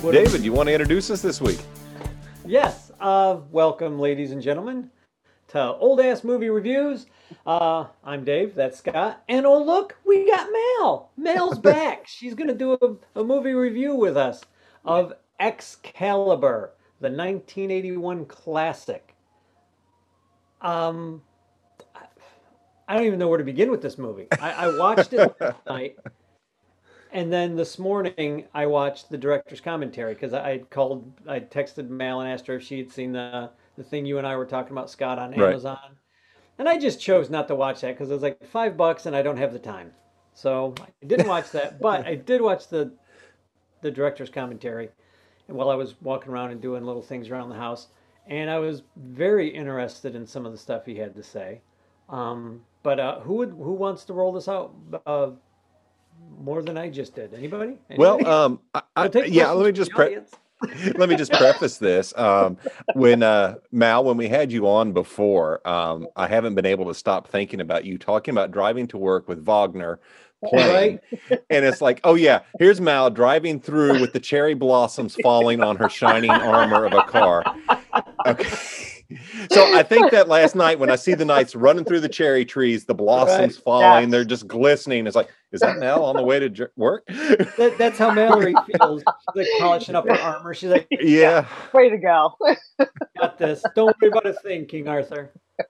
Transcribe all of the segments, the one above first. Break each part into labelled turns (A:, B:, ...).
A: Twitter.
B: David, you want to introduce us this week?
A: Yes. Uh, welcome, ladies and gentlemen, to Old Ass Movie Reviews. Uh, I'm Dave. That's Scott. And oh look, we got Mel. Mel's back. She's gonna do a, a movie review with us of Excalibur, the 1981 classic. Um, I don't even know where to begin with this movie. I, I watched it last night. And then this morning, I watched the director's commentary because I I'd called, I texted Mal and asked her if she had seen the the thing you and I were talking about, Scott, on
B: Right.
A: Amazon. And I just chose not to watch that because it was like five bucks, and I don't have the time. So I didn't watch that, but I did watch the the director's commentary, and while I was walking around and doing little things around the house, and I was very interested in some of the stuff he had to say. Um, but uh, who would who wants to roll this out? Uh, more than I just did. Anybody?
B: Well,
A: Anybody?
B: um, I, I,
A: I'll take questions
B: yeah, let me
A: from
B: just
A: the
B: pre-
A: audience.
B: let me just preface this. Um, when uh, Mal, when we had you on before, um, I haven't been able to stop thinking about you talking about driving to work with Wagner playing, and it's like, oh yeah, here's Mal driving through with the cherry blossoms falling on her shining armor of a car. Okay. So I think that last night when I see the knights running through the cherry trees, the blossoms falling,
C: Yes.
B: they're just glistening. It's like, is that Mal on the way to jer- work?
A: That, that's how Mallory feels. She's like polishing up her armor. She's like,
B: yeah.
C: Way to go.
A: "Got this. Don't worry about a thing, King Arthur." Got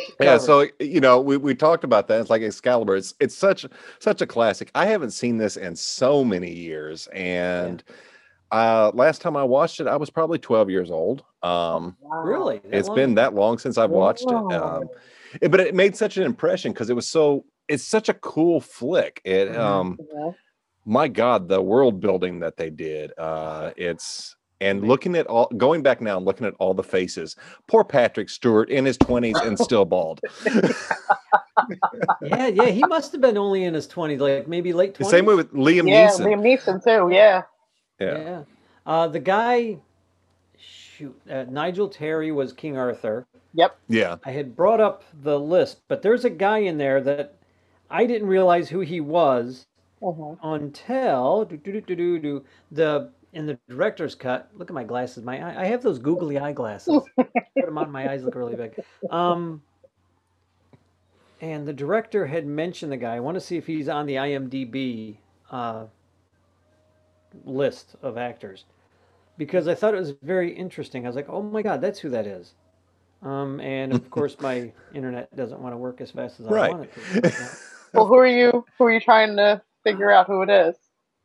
A: you
B: Yeah,
A: covered."
B: so you know, we, we talked about that. It's like Excalibur. It's it's such such a classic. I haven't seen this in so many years, and uh, last time I watched it, I was probably twelve years old. Um,
C: Wow.
A: really, that
B: it's
A: long?
B: been that long since I've watched it,
C: Wow.
B: um, it- but it made such an impression because it was so. It's such a cool flick. It
A: Mhm.
B: um,
C: Yeah.
B: my god the world building that they did uh it's and looking at all going back now and looking at all the faces poor patrick stewart in his 20s and still bald
A: yeah, yeah. He must have been only in his twenties, like maybe late
B: the
A: twenties.
B: same way with liam
C: Yeah,
B: neeson
C: Liam Neeson too. Yeah.
B: yeah.
A: Uh, the guy, shoot, uh, Nigel Terry was King Arthur.
B: yeah
A: I had brought up the list, but there's a guy in there that I didn't realize who he was
C: Mhm.
A: until do, do, do, do, do, do, the in the director's cut. Look at my glasses. My eye, I have those googly eyeglasses. Put them on. My eyes look really big. Um, and the director had mentioned the guy. I want to see if he's on the IMDb uh, list of actors because I thought it was very interesting. I was like, oh my god, that's who that is. Um, and of course, my internet doesn't want to work as fast as I
B: Right.
A: want it to.
C: Well, who are you? Who are you trying to figure out who it is?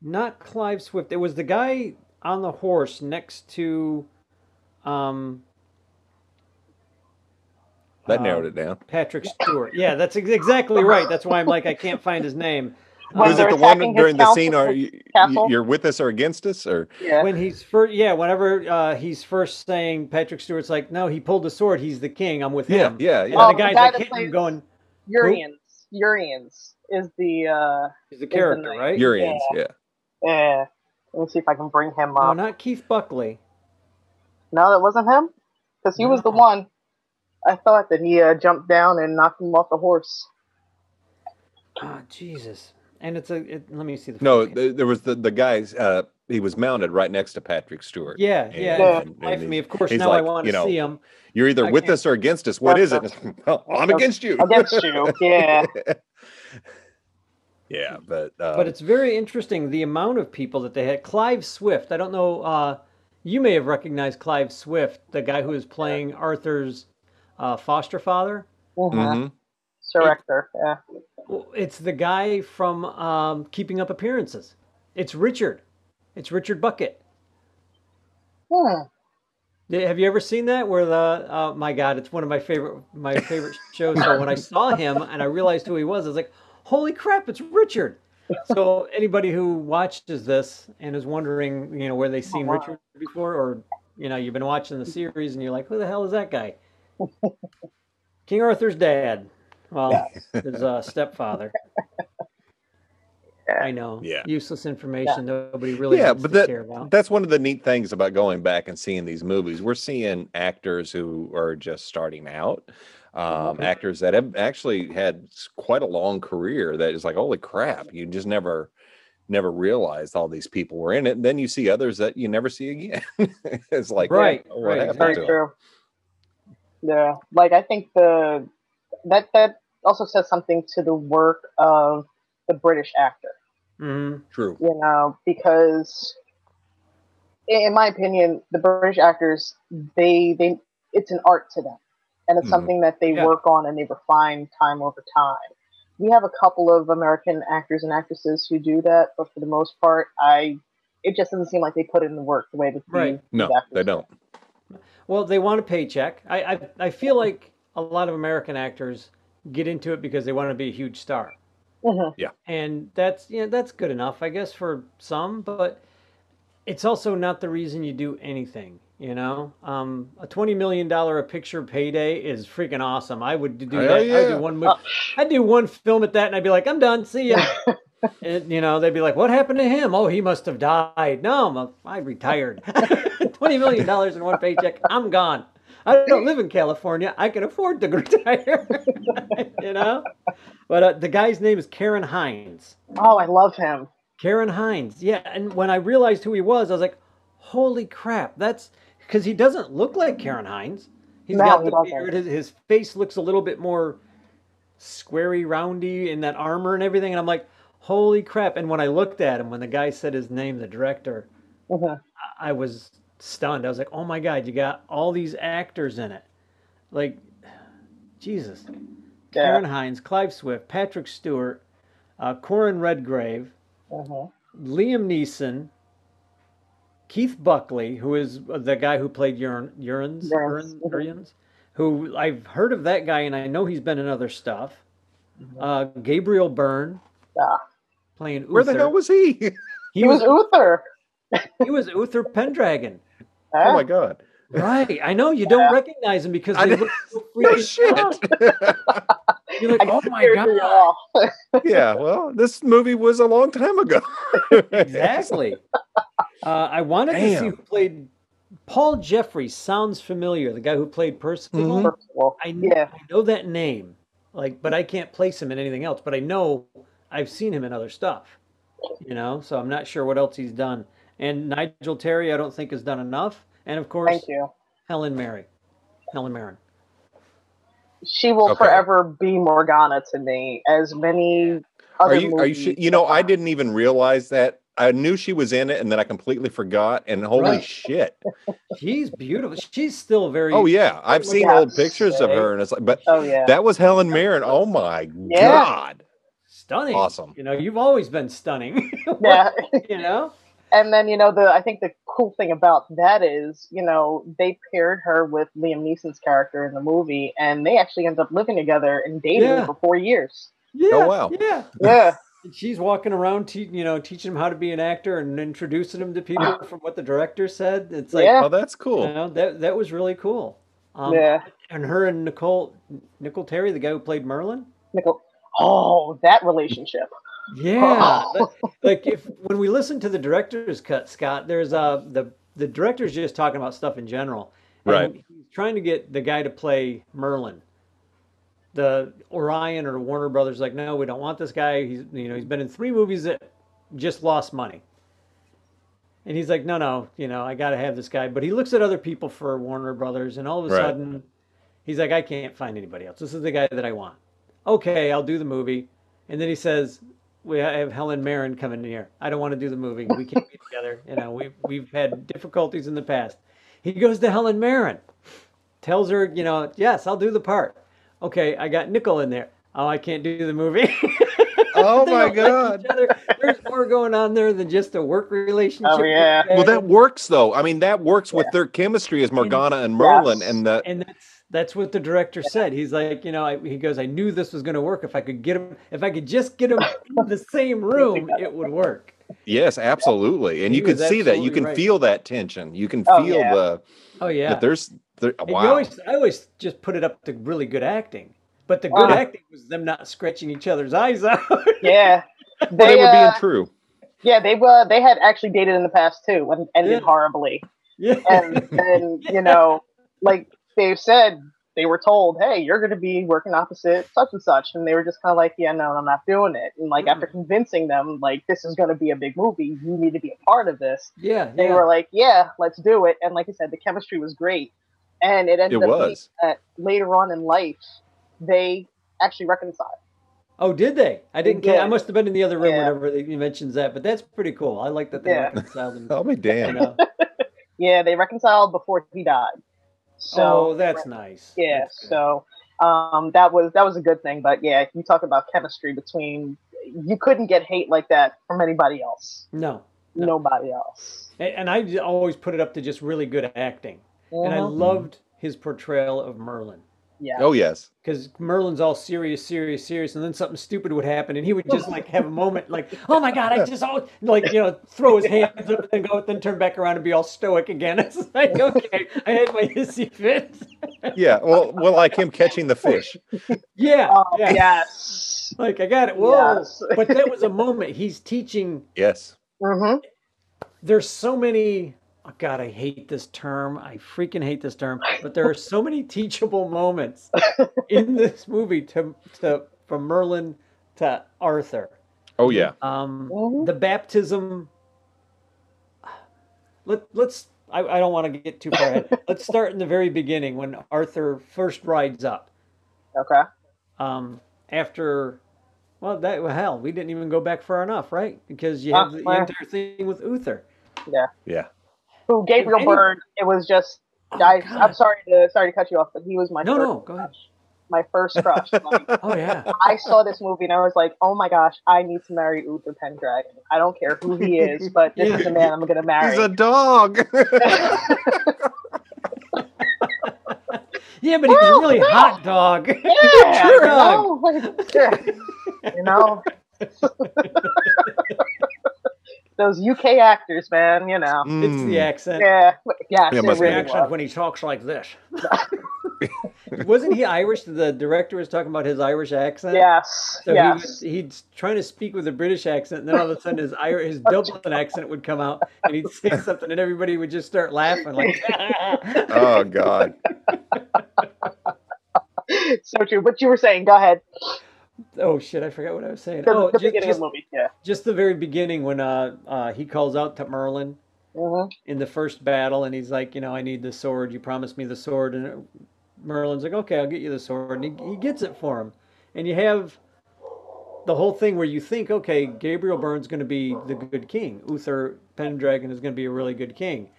A: Not Clive Swift. It was the guy on the horse next to um,
B: that
A: Um,
B: narrowed it down
A: Patrick Stewart. Yeah, that's ex- exactly right. That's why I'm like I can't find his name. Um,
C: Was
B: was it
C: they're
B: the one
C: attacking his
B: during the
C: council-
B: scene are you,
C: castle?
B: you're with us or against us or
C: Yeah.
A: when he's first, yeah, whenever uh, he's first saying Patrick Stewart's like, no, he pulled the sword. He's the king. I'm with
B: Yeah,
A: him.
B: yeah,
A: And
B: yeah.
A: then
C: Oh,
A: the
C: the
A: guy's
C: guy
A: like
C: that
A: hitting him,
C: plays-
A: going,
C: Urians. Urians is the. uh
A: he's the character,
C: knight.
A: right?
B: Urians, yeah.
C: Yeah. Let me see if I can bring him
B: Oh,
A: No,
C: up.
A: not Keith Buckley.
C: No, that wasn't him. Because he was the
A: No.
C: one. I thought that he uh, jumped down and knocked him off the horse.
A: Ah, Jesus. And it's a. It, let me see the.
B: No,
A: fucking-
B: th- there was the the guys. Uh, he was mounted right next to Patrick Stewart.
A: yeah,
B: and-
A: yeah.
C: Yeah.
A: it's
B: and-
A: life
B: and
A: me,
B: he-
A: of course.
B: he's
A: Now I
B: like,
A: want to
B: you know,
A: see him.
B: You're either
A: I
B: with
A: can't-
B: us or against us. What is it?
C: That's
B: Well, I'm
C: That's-
B: against you.
C: Against you. Yeah.
B: yeah, but uh,
A: But it's very interesting the amount of people that they had. Clive Swift. I don't know. Uh, you may have recognized Clive Swift, the guy who is playing Arthur's uh, foster father.
C: Mhm.
B: mhm.
C: Director. Yeah.
A: Well, It's the guy from um, Keeping Up Appearances. It's Richard. It's Richard Bucket.
C: Hmm.
A: Yeah, Have you ever seen that? Where the oh my god, it's one of my favorite my favorite shows. So when I saw him and I realized who he was, I was like, "Holy crap, it's Richard!" So anybody who watches this and is wondering, you know, where they've seen
C: wow.
A: Richard before, or you know, you've been watching the series and you're like, "Who the hell is that guy?" King Arthur's dad. Well, his uh, stepfather. I know.
B: Yeah.
A: Useless information. Nobody really
B: yeah,
A: wants
B: but
A: to
B: that
A: care about.
B: that's one of the neat things about going back and seeing these movies. We're seeing actors who are just starting out, um,
A: Mm-hmm.
B: actors that have actually had s- quite a long career. That is like, holy crap, you just never never realized all these people were in it. And then you see others that you never see again. it's like,
A: Right,
B: what
A: right,
B: happened
A: exactly.
C: Very
B: to 'em?
C: true. Yeah, like I think the that that also says something to the work of the British actor,
A: hmm
B: True.
C: you know, because in, in my opinion, the British actors they they it's an art to them, and it's
B: Mhm.
C: something that they
A: Yeah.
C: work on and they refine time over time. We have a couple of American actors and actresses who do that, but for the most part, I it just doesn't seem like they put in the work the way that the-
A: Right.
B: No,
C: these actors
B: they don't.
A: Well, they want a paycheck. I, I I feel like a lot of American actors get into it because they want to be a huge star.
C: Mhm.
B: Yeah.
A: And that's yeah, that's good enough, I guess, for some, but it's also not the reason you do anything, you know? Um, a twenty million dollar a picture payday is freaking awesome. I would do
B: Hell
A: that. I'd
B: yeah.
A: do one mo- I'd do one film at that and I'd be like, I'm done, see ya. and you know, they'd be like, What happened to him? Oh, he must have died. No, I'm a, I retired. twenty million dollars in one paycheck, I'm gone. I don't live in California. I can afford to retire. you know? But uh, the guy's name is Karen Hines.
C: Oh, I love him.
A: Karen Hines. Yeah, and when I realized who he was, I was like, "Holy crap!" That's because he doesn't look like Karen Hines. He's
C: No,
A: got
C: he
A: the
C: doesn't.
A: beard. His, his face looks a little bit more squarey, roundy in that armor and everything. And I'm like, "Holy crap!" And when I looked at him, when the guy said his name, the director,
C: Mhm.
A: I was stunned. I was like, "Oh my god, you got all these actors in it!" Like, Jesus,
C: Yeah.
A: Karen Hines, Clive Swift, Patrick Stewart, uh, Corin Redgrave.
B: Uh-huh.
C: Mhm.
A: Liam Neeson, Keith Buckley, who is uh, the guy who played Urine, Urines,
C: Yes.
A: Urine, Urines, who I've heard of that guy and I know he's been in other stuff. Uh, Gabriel Byrne
C: Mm-hmm. Yeah.
A: playing Uther.
B: Where the hell was he?
A: he
C: He was
A: was?
C: Uther.
A: He was Uther Pendragon.
B: oh
C: Huh?
B: my God.
A: Right. I know you don't recognize him because
B: I
A: they
B: didn't-
A: look so
B: No
A: freaking.
B: shit.
A: You're like,
C: I
A: oh
C: can
A: my
C: hear you
A: god.
C: all.
B: yeah. Well, this movie was a long time ago.
A: Exactly. Uh, I wanted to see
B: Damn.
A: who played Paul Jeffrey. Sounds familiar. The guy who played Percival.
B: Mhm.
C: First of all.
A: Hmm? I, kn-
C: Yeah.
A: I know that name, like, but I can't place him in anything else. But I know I've seen him in other stuff, you know. So I'm not sure what else he's done. And Nigel Terry, I don't think has done enough. And of course,
C: Thank you.
A: Helen Mary, Helen Mirren.
C: She will
B: Okay.
C: forever be Morgana to me, as many
B: are
C: other
B: you are you
C: movies
B: sh- you know i
C: are.
B: didn't even realize that i knew she was in it and then i completely forgot and holy
A: Right.
B: shit
A: She's beautiful. She's still very.
B: oh yeah i've seen
C: Yeah.
B: old pictures of her and it's like but
C: Oh yeah.
B: that was helen mirren oh my
C: Yeah.
B: god
A: Stunning.
B: Awesome.
A: You know, you've always been stunning.
C: yeah.
A: you
B: Oh,
A: know.
C: and then you know the I think the cool thing about that is, you know, they paired her with Liam Neeson's character in the movie and they actually ended up living together and dating
A: Yeah.
C: for four years.
A: Yeah.
B: wow.
A: Yeah.
C: Yeah.
A: And she's walking around, te- you know, teaching him how to be an actor and introducing him to people from what the director said. It's like,
C: Yeah.
B: oh that's cool
A: You know, that that was really cool. Um,
C: yeah.
A: And her and Nicole Nicole Terry, the guy who played Merlin.
C: Nicole Oh, that relationship.
A: Yeah. that- like if when we listen to the director's cut, Scott, there's uh the the director's just talking about stuff in general. and
B: Right.
A: He's trying to get the guy to play Merlin. The Orion or Warner Brothers like, no, we don't want this guy. He's you know he's been in three movies that just lost money. And he's like, no, no, you know, I got to have this guy. But he looks at other people for Warner Brothers, and all of a
B: Right.
A: sudden, he's like, I can't find anybody else. This is the guy that I want. Okay, I'll do the movie. And then he says, we have Helen Mirren coming in here. I don't want to do the movie. We can't be together. You know, we've we've had difficulties in the past. He goes to Helen Mirren, tells her, you know, yes, I'll do the part. Okay, I got Nickel in there. Oh, I can't do the movie.
B: oh
A: They
B: my
A: don't like
B: god
A: each other. There's more going on there than just a work relationship.
C: Oh, yeah.
B: well that works though i mean that works with their chemistry as morgana and merlin
C: Yes.
B: and the
A: and that's that's what the director said. He's like, you know, I, he goes, I knew this was going to work. If I could get him, if I could just get him in the same room, it would work.
B: yes absolutely and
A: He
B: you can
A: was
B: see that you
A: absolutely
B: can
A: right.
B: feel that tension you can feel
C: Oh, yeah.
B: the
A: Oh yeah.
B: that there's there,
A: And you
B: wow
A: always, I always just put it up to really good acting. But the good
C: Wow.
A: acting was them not scratching each other's eyes out.
C: Yeah. They,
B: well, they were
C: uh,
B: being true
C: yeah, they were. They had actually dated in the past too, and ended
A: Yeah.
C: horribly.
A: yeah.
C: and and you know, like they've said, they were told, "Hey, you're going to be working opposite such and such," and they were just kind of like, "Yeah, no, I'm not doing it." And like
A: Mm.
C: after convincing them, like this is going to be a big movie, you need to be a part of this.
A: Yeah,
C: They
A: yeah.
C: were like, "Yeah, let's do it." And like I said, the chemistry was great, and it ended
B: It
C: up being
B: was.
C: that later on in life they actually reconciled.
A: Oh, did they? I didn't.
C: They
A: Care. I
C: did.
A: must have been in the other room
C: Yeah.
A: whenever they- you mentions that. But that's pretty cool. I like that they
C: Yeah.
A: reconciled them.
B: I'll be
A: you
B: damned.
A: know.
C: Yeah, they reconciled before he died. So
A: oh, that's nice.
C: yeah,
A: That's good.
C: so um, that was that was a good thing. But yeah, you talk about chemistry between you couldn't get hate like that from anybody else.
A: no, No.
C: Nobody else.
A: and, and I j- always put it up to just really good acting, and I
C: Mhm.
A: loved his portrayal of Merlin
C: yeah.
B: Oh yes.
A: because Merlin's all serious, serious, serious, and then something stupid would happen, and he would just like have a moment like, "Oh my god, I just all like you know throw his hands up and go, then turn back around and be all stoic again." It's like, okay, I had my hissy fit.
B: Yeah. Well, well, like him catching the fish.
A: yeah,
C: Oh,
A: yeah,
C: yes.
A: like I got it. Whoa.
C: Yes.
A: but that was a moment he's teaching
B: Yes.
C: hmm
A: there's so many oh god i hate this term i freaking hate this term but there are so many teachable moments in this movie to, to from merlin to arthur
B: Oh yeah.
A: um
C: Mhm.
A: the baptism let, let's I, I don't want to get too far ahead let's start in the very beginning when arthur first rides up
C: Okay.
A: um, after well that well, hell we didn't even go back far enough right because you
C: Uh,
A: have the
C: where?
A: entire thing with uther
B: Yeah.
C: Who Gabriel
A: Any-
C: Byrne? It was just.
A: Oh,
C: I, I'm
A: God.
C: sorry to sorry to cut you off, but he was my
A: no
C: first,
A: no go ahead
C: my first crush. Like,
A: oh yeah
C: I saw this movie and I was like, oh my gosh, I need to marry Uther Pendragon. I don't care who he is, but this is the man I'm going to marry.
B: He's a dog.
A: yeah but he's a
C: Well,
A: really
C: well.
A: hot dog
C: yeah,
A: Sure.
C: you know, like, yeah, you know. those UK actors, man, you know.
A: it's
B: Mm.
A: the accent
C: Yeah, yes,
B: Yeah,
C: it
B: must
A: the
B: be.
C: really
A: accent
C: was.
A: when he talks like this wasn't he irish the director was talking about his irish accent
C: Yes,
A: so he was,
C: yes.
A: he'd trying to speak with a British accent, and then all of a sudden his Ir- his Dublin accent would come out, and he'd say something, and everybody would just start laughing. Like,
B: Oh God.
C: so true. But you were saying, go ahead.
A: oh shit, I forgot what I was saying.
C: The,
A: Oh,
C: the
A: ju-
C: beginning
A: just
C: of the movie, yeah.
A: just the very beginning when uh, uh he calls out to Merlin
C: Mhm.
A: in the first battle and he's like, you know, I need the sword. You promised me the sword, and uh, Merlin's like, okay, I'll get you the sword, and he, he gets it for him. And you have the whole thing where you think, okay, Gabriel Byrne's going to be the good king. Uther Pendragon is going to be a really good king,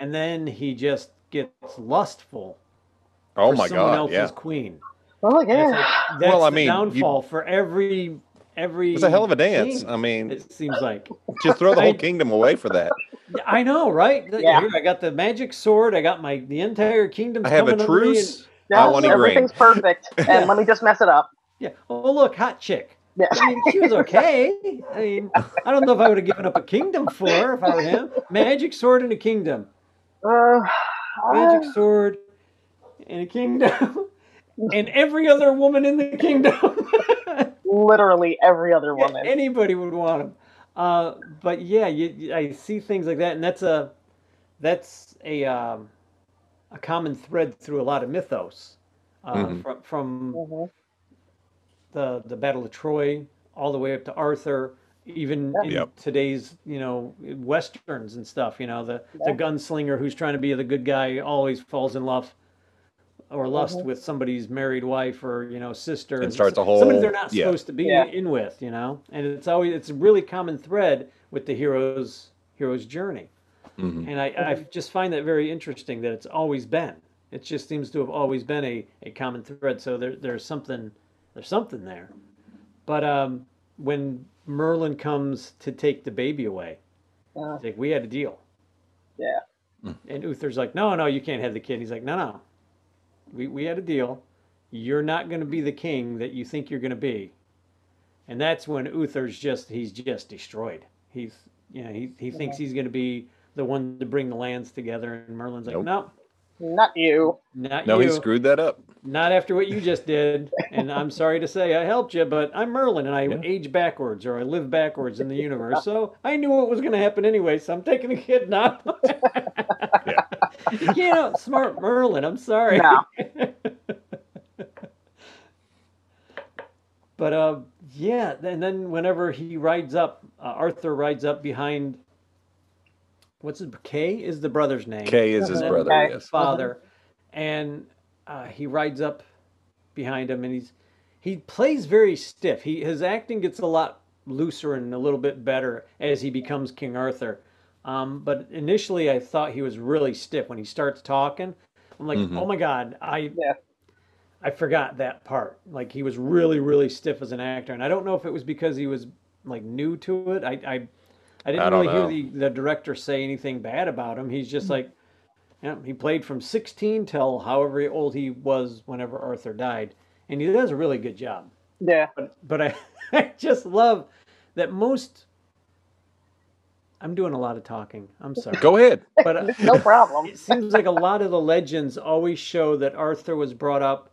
A: and then he just gets lustful
B: Oh
A: for
B: my
A: someone
B: God.
A: else's
B: Yeah.
A: queen.
C: Oh,
A: And it's
C: yeah.
A: like, that's
B: Well, I
A: the
B: mean, you-
A: downfall for every every.
B: It's a hell of a dance.
A: king,
B: I mean,
A: it seems like.
B: just throw the
A: I-
B: whole kingdom away for that.
A: Yeah, I know, right? The-
C: Yeah.
A: Here, I got the magic sword. I got my the entire kingdom.
B: I have a truce.
C: Yeah,
B: I want to grain.
C: everything's perfect. And let me just mess it up.
A: yeah. Oh, look, hot chick.
C: Yeah.
A: I mean, she was okay. I mean, I don't know if I would have given up a kingdom for her if I were him. Magic sword and a kingdom.
C: Uh,
A: Magic sword and a kingdom. And every other woman in the kingdom.
C: literally every other
A: Yeah,
C: woman.
A: anybody would want him. Uh, but yeah, you, you- I see things like that, and that's a that's a um, a common thread through a lot of mythos uh,
C: Mm-hmm.
B: Mhm.
A: from from
C: Mhm.
A: the the Battle of Troy all the way up to Arthur, even
C: Yeah.
A: in
B: Yep.
A: today's you know westerns and stuff. You know the
C: Yeah.
A: the gunslinger who's trying to be the good guy always falls in love or lust
C: Mhm.
A: with somebody's married wife or you know sister
B: And starts a
A: somebody
B: whole-
A: they're not
B: yeah.
A: supposed to be
C: Yeah.
A: in with you know and it's always it's a really common thread with the hero's hero's journey
B: Mhm.
A: and I, I just find that very interesting that it's always been it just seems to have always been a, a common thread so there, there's something there's something there but um, when merlin comes to take the baby away
C: Yeah.
A: it's like we had a deal
C: Yeah.
A: and Uther's like, no, no, you can't have the kid. He's like, no, no. We, we had a deal. You're not going to be the king that you think you're going to be. And that's when Uther's just, he's just destroyed. He's, you know, he, he thinks he's going to be the one to bring the lands together. And Merlin's like,
B: Nope.
A: no,
C: Not you.
A: not
B: No,
A: you.
B: he screwed that up.
A: Not after what you just did. And I'm sorry to say I helped you, but I'm Merlin and I
B: Yeah.
A: age backwards or I live backwards in the universe. So I knew what was going to happen anyway. So I'm taking the kid now. you can't outsmart Merlin. I'm sorry.
C: No.
A: But uh, yeah, and then whenever he rides up, uh, Arthur rides up behind. What's his K is the brother's name.
B: Kay is his
A: And
B: brother.
C: Okay.
B: Yes.
A: father, and uh, he rides up behind him, and he's he plays very stiff. He his acting gets a lot looser and a little bit better as he becomes King Arthur. Um, but initially, I thought he was really stiff when he starts talking. I'm like,
B: Mhm.
A: oh my god, I
C: Yeah.
A: I forgot that part. Like he was really really stiff as an actor, and I don't know if it was because he was like new to it. I I, I didn't
B: I
A: really
B: don't know. Mm.
A: hear the, the director say anything bad about him. He's just like, yeah, he played from 16 till however old he was whenever Arthur died, and he does a really good job.
C: Yeah.
A: But but I, I just love that most. I'm doing a lot of talking. I'm sorry,
B: Go ahead.
A: but uh,
C: No problem.
A: it seems like a lot of the legends always show that Arthur was brought up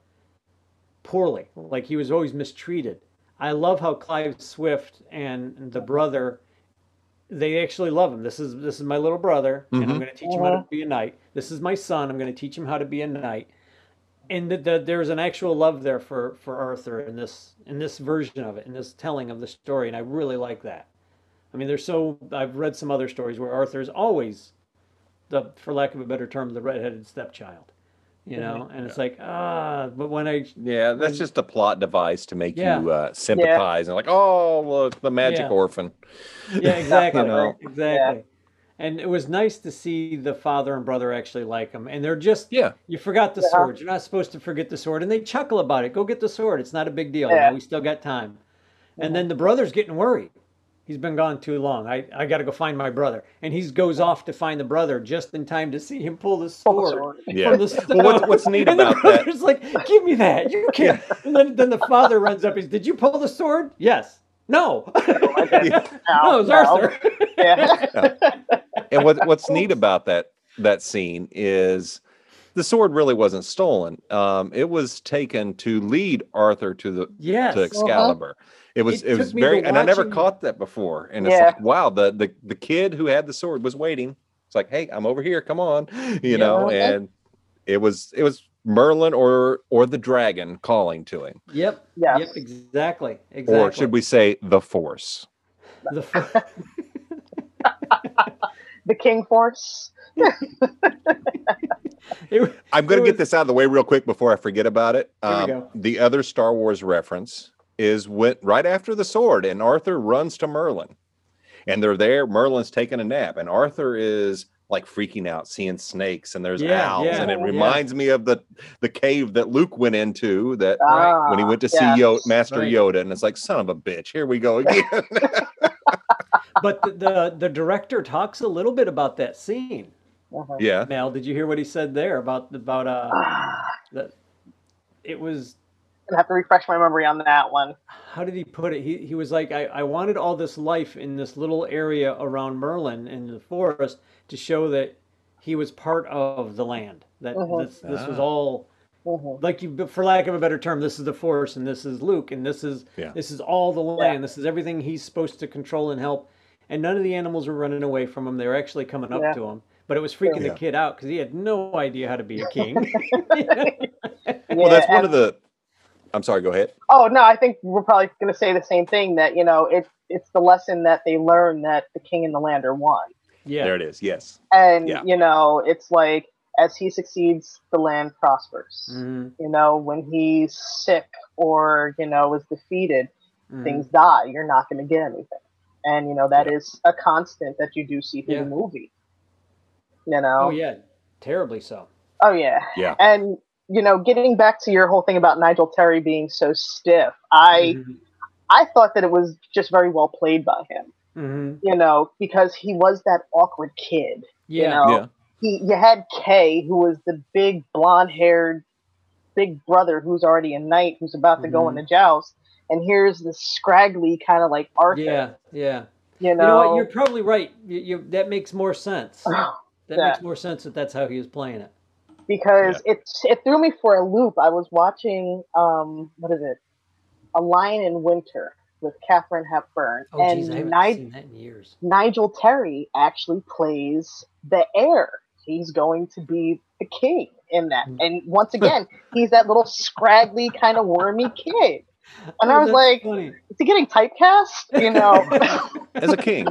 A: poorly, like he was always mistreated. I love how Clive Swift and the brother they actually love him. This is this is my little brother, and I'm
B: Mhm.
A: going to teach him how to be a knight. This is my son. I'm going to teach him how to be a knight. And that the, there's an actual love there for for Arthur in this in this version of it, in this telling of the story, and I really like that. I mean, there's so I've read some other stories where Arthur's always the, for lack of a better term, the redheaded stepchild, you know. And it's like ah, but when I
B: Yeah, that's just a plot device to make
A: Yeah.
B: you uh, sympathize and like, oh, look, the magic
A: Yeah.
B: orphan.
A: yeah, exactly,
B: know?
A: exactly. And it was nice to see the father and brother actually like him, and they're just
B: Yeah.
A: You forgot the
C: Yeah.
A: sword. You're not supposed to forget the sword. And they chuckle about it. Go get the sword. It's not a big deal.
C: Yeah.
A: You know, we still got time. And then the brother's getting worried. He's been gone too long. I, I got to go find my brother. And he goes off to find the brother just in time to see him pull the
C: Pull the
A: sword.
C: sword.
B: Yeah.
A: From the
B: Well, what's,
A: stone.
B: what's neat
A: and the
B: about that?
A: brother's like, give me that. You can't. And then, then the father runs up. He's, did you pull the sword? Yes. No. no, it's
C: no.
A: Arthur.
C: Yeah.
B: and what, what's neat about that that scene is the sword really wasn't stolen. Um, it was taken to lead Arthur to the
A: Yes. Uh-huh.
B: to Excalibur. It was
A: It
B: it, was
A: took me
B: very
A: to
B: and I never
A: watching-
B: caught that before. And it's
C: Yeah.
B: like, wow, the, the the kid who had the sword was waiting. It's like, hey, I'm over here, come on. You
A: Yeah.
B: know, and it was it was Merlin or or the dragon calling to him.
A: Yep.
C: Yes.
A: Yep. Exactly. Exactly.
B: Or should we say the force?
A: The fir-
C: The King Force.
A: it-
B: I'm
A: It
B: going to get
A: was-
B: this out of the way real quick before I forget about it.
A: Here we
B: Um,
A: go.
B: The other Star Wars reference is went right after the sword, and Arthur runs to Merlin, and they're there. Merlin's taking a nap, and Arthur is like freaking out, seeing snakes, and there's
A: Yeah,
B: owls,
A: yeah,
B: and it
A: yeah.
B: reminds me of the the cave that Luke went into that
A: Right,
B: when he went to
C: Ah,
B: E
C: yes.
B: see Yo- Master
A: Right.
B: Yoda, and it's like son of a bitch, here we go again.
A: but the, the the director talks a little bit about that scene.
C: Mhm.
B: yeah,
A: Mel, did you hear what he said there about about uh
C: Ah,
A: that it was
C: I have to refresh my memory on that one.
A: how did he put it? He he was like I, I wanted all this life in this little area around Merlin in the forest to show that he was part of the land. That
C: Mhm.
A: this this was
B: Ah.
A: all
C: Mhm.
A: like you for lack of a better term, this is the forest and this is Luke and this is
B: Yeah.
A: this is all the land. This is everything he's supposed to control and help. And none of the animals were running away from him. They were actually coming up
C: Yeah.
A: to him. But it was freaking
B: Yeah.
A: the kid out because he had no idea how to be a king.
B: well, that's
C: Yeah,
B: one
C: and-
B: of the. I'm sorry, go ahead.
C: Oh no, I think we're probably going to say the same thing that you know it, it's the lesson that they learn that the king and the land are one,
A: yeah.
B: There it is. Yes.
C: and
B: Yeah.
C: you know it's like as he succeeds, the land prospers.
B: Mm.
A: Mhm,
C: You know when he's sick or you know is defeated,
A: mhm.
C: things die. You're not going to get anything, and you know that
B: Mm. Yeah.
C: is a constant that you do see through
A: Yeah.
C: the movie. You know,
A: Oh yeah. Terribly so.
C: Oh yeah.
B: Yeah.
C: And you know, getting back to your whole thing about Nigel Terry being so stiff, I
A: Mhm,
C: I thought that it was just very well played by him.
A: mhm.
C: You know, because he was that awkward kid.
A: Yeah.
C: You know,
B: Yeah.
C: he you had Kay, who was the big blonde-haired big brother who's already a knight who's about to go
A: Mhm.
C: in the joust, and here's this scraggly kind of like Arthur.
A: Yeah. Yeah.
C: You
A: You know what?
C: know.
A: You're probably right. You, you that makes more sense. That
C: Yeah.
A: makes more sense that that's how he was playing it.
C: because it's it threw me for a loop. I was watching um what is it? A Lion in Winter with Katherine Hepburn
A: Oh, jeez, I
C: and
A: haven't
C: Ni-
A: seen that in years.
C: Nigel Terry actually plays the heir. He's going to be the
A: Hmm.
C: king in that. And once again, he's that little scraggly kind of wormy kid. And I was like,
A: Oh, funny.
C: is he getting typecast? You know,
B: as a king.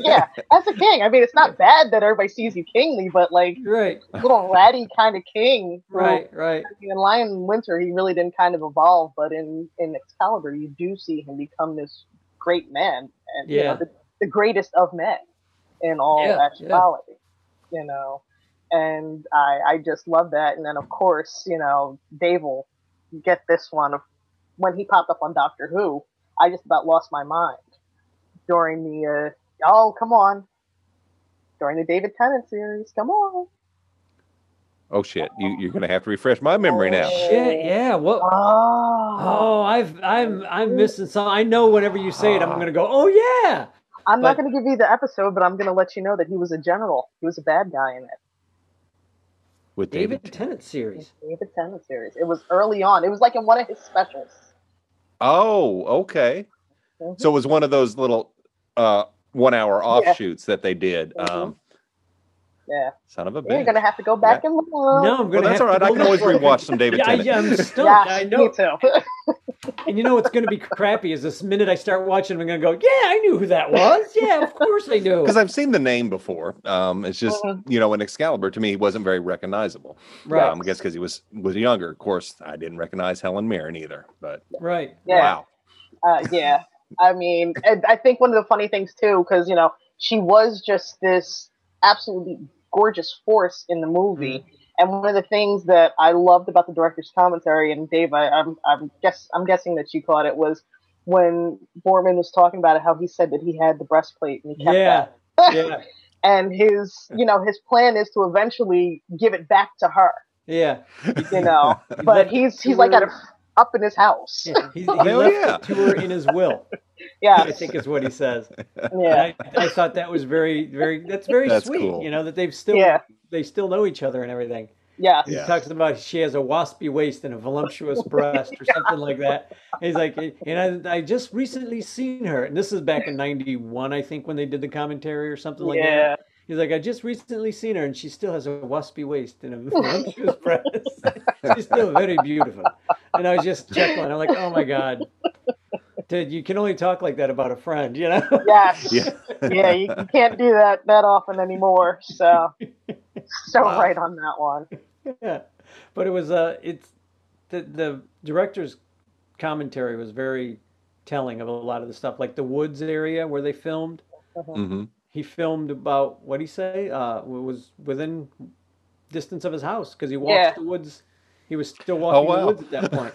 C: yeah, as a king. I mean, it's not bad that everybody sees you kingly, but like
A: right,
C: little ratty kind of king. who-
A: right, right.
C: I mean, in Lion Winter, he really didn't kind of evolve, but in in Excalibur, you do see him become this great man, and you
A: Yeah.
C: know, the, the greatest of men in all
A: Yeah, yeah.
C: actuality. You know, and I I just love that. And then of course, you know, Dave will get this one of when he popped up on Doctor Who. I just about lost my mind during the uh, oh come on during the David Tennant series. Come on,
B: Oh shit! You, you're gonna have to refresh my memory now.
A: Shit, yeah. What? Oh, I've I'm I'm missing some. I know whenever you say it, I'm gonna go. Oh yeah.
C: I'm
A: But-
C: not going to give you the episode, but I'm going to let you know that he was a general. He was a bad guy in it.
B: With
A: David
B: David,
A: Tennant series.
C: David Tennant series. It was early on. It was like in one of his specials.
B: Oh, okay.
C: Mhm.
B: So it was one of those little uh, one-hour offshoots that they did.
C: Mhm.
B: Um,
C: Yeah.
B: son of a
C: You're
B: bitch.
C: going to have to go back and look.
A: No, I'm gonna.
B: well, that's
A: have
B: all right.
A: To
B: I
A: go
B: can always
A: look.
B: rewatch some David
A: Yeah, I,
B: Tennant.
A: yeah, I'm stumped.
C: Gosh,
A: I
C: me
A: know.
C: too.
A: And you know what's gonna be crappy is this minute I start watching, I'm gonna go. Yeah, I knew who that was. Yeah, of course I knew.
B: Because I've seen the name before. Um, it's just
C: Mhm.
B: you know, in Excalibur to me he wasn't very recognizable.
A: Right.
B: Um, I guess because he was was younger. Of course, I didn't recognize Helen Mirren either. But
A: Right.
C: Yeah.
B: wow,
C: Uh, yeah. I mean, and I think one of the funny things, too, because, you know, she was just this absolutely gorgeous force in the movie.
A: Mm-hmm.
C: And one of the things that I loved about the director's commentary, and Dave, I, I'm, I'm guess I'm guessing that you caught it, was when Borman was talking about it, how he said that he had the breastplate and he kept
A: Yeah.
C: that.
A: Yeah.
C: And his, you know, his plan is to eventually give it back to her,
A: Yeah.
C: you know. but
A: left
C: he's
A: to
C: he's like
A: her-
C: at a, up in his house.
A: He,
C: Yeah,
A: he
B: Hell
A: left
B: yeah.
A: it to her in his will. I
C: yeah,
A: think is what he says. And
C: yeah.
A: I, I thought that was very, very. That's very
B: That's
A: sweet.
B: cool.
A: You know that they've still, they still know each other and everything.
C: yes.
A: He
B: Yeah.
A: talks about she has a waspy waist and a voluptuous breast or something like that. And he's like, and I, I just recently seen her, and this is back in '91, I think, when they did the commentary or something like that.
C: yeah.
A: He's like, I just recently seen her, and she still has a waspy waist and a voluptuous breast. She's still very beautiful. And I was just chuckling. I'm like, oh my god, dude, you can only talk like that about a friend, you know?
C: Yes.
B: Yeah.
C: Yeah, you, you can't do that that often anymore. So, so
B: Wow.
C: right on that one.
A: yeah. But it was uh, it's the the director's commentary was very telling of a lot of the stuff, like the woods area where they filmed.
B: hmm
A: He filmed about what he say uh, w- was within distance of his house because he walked
C: Yeah.
A: the woods. He was still walking
B: Oh, wow.
A: the woods at that point.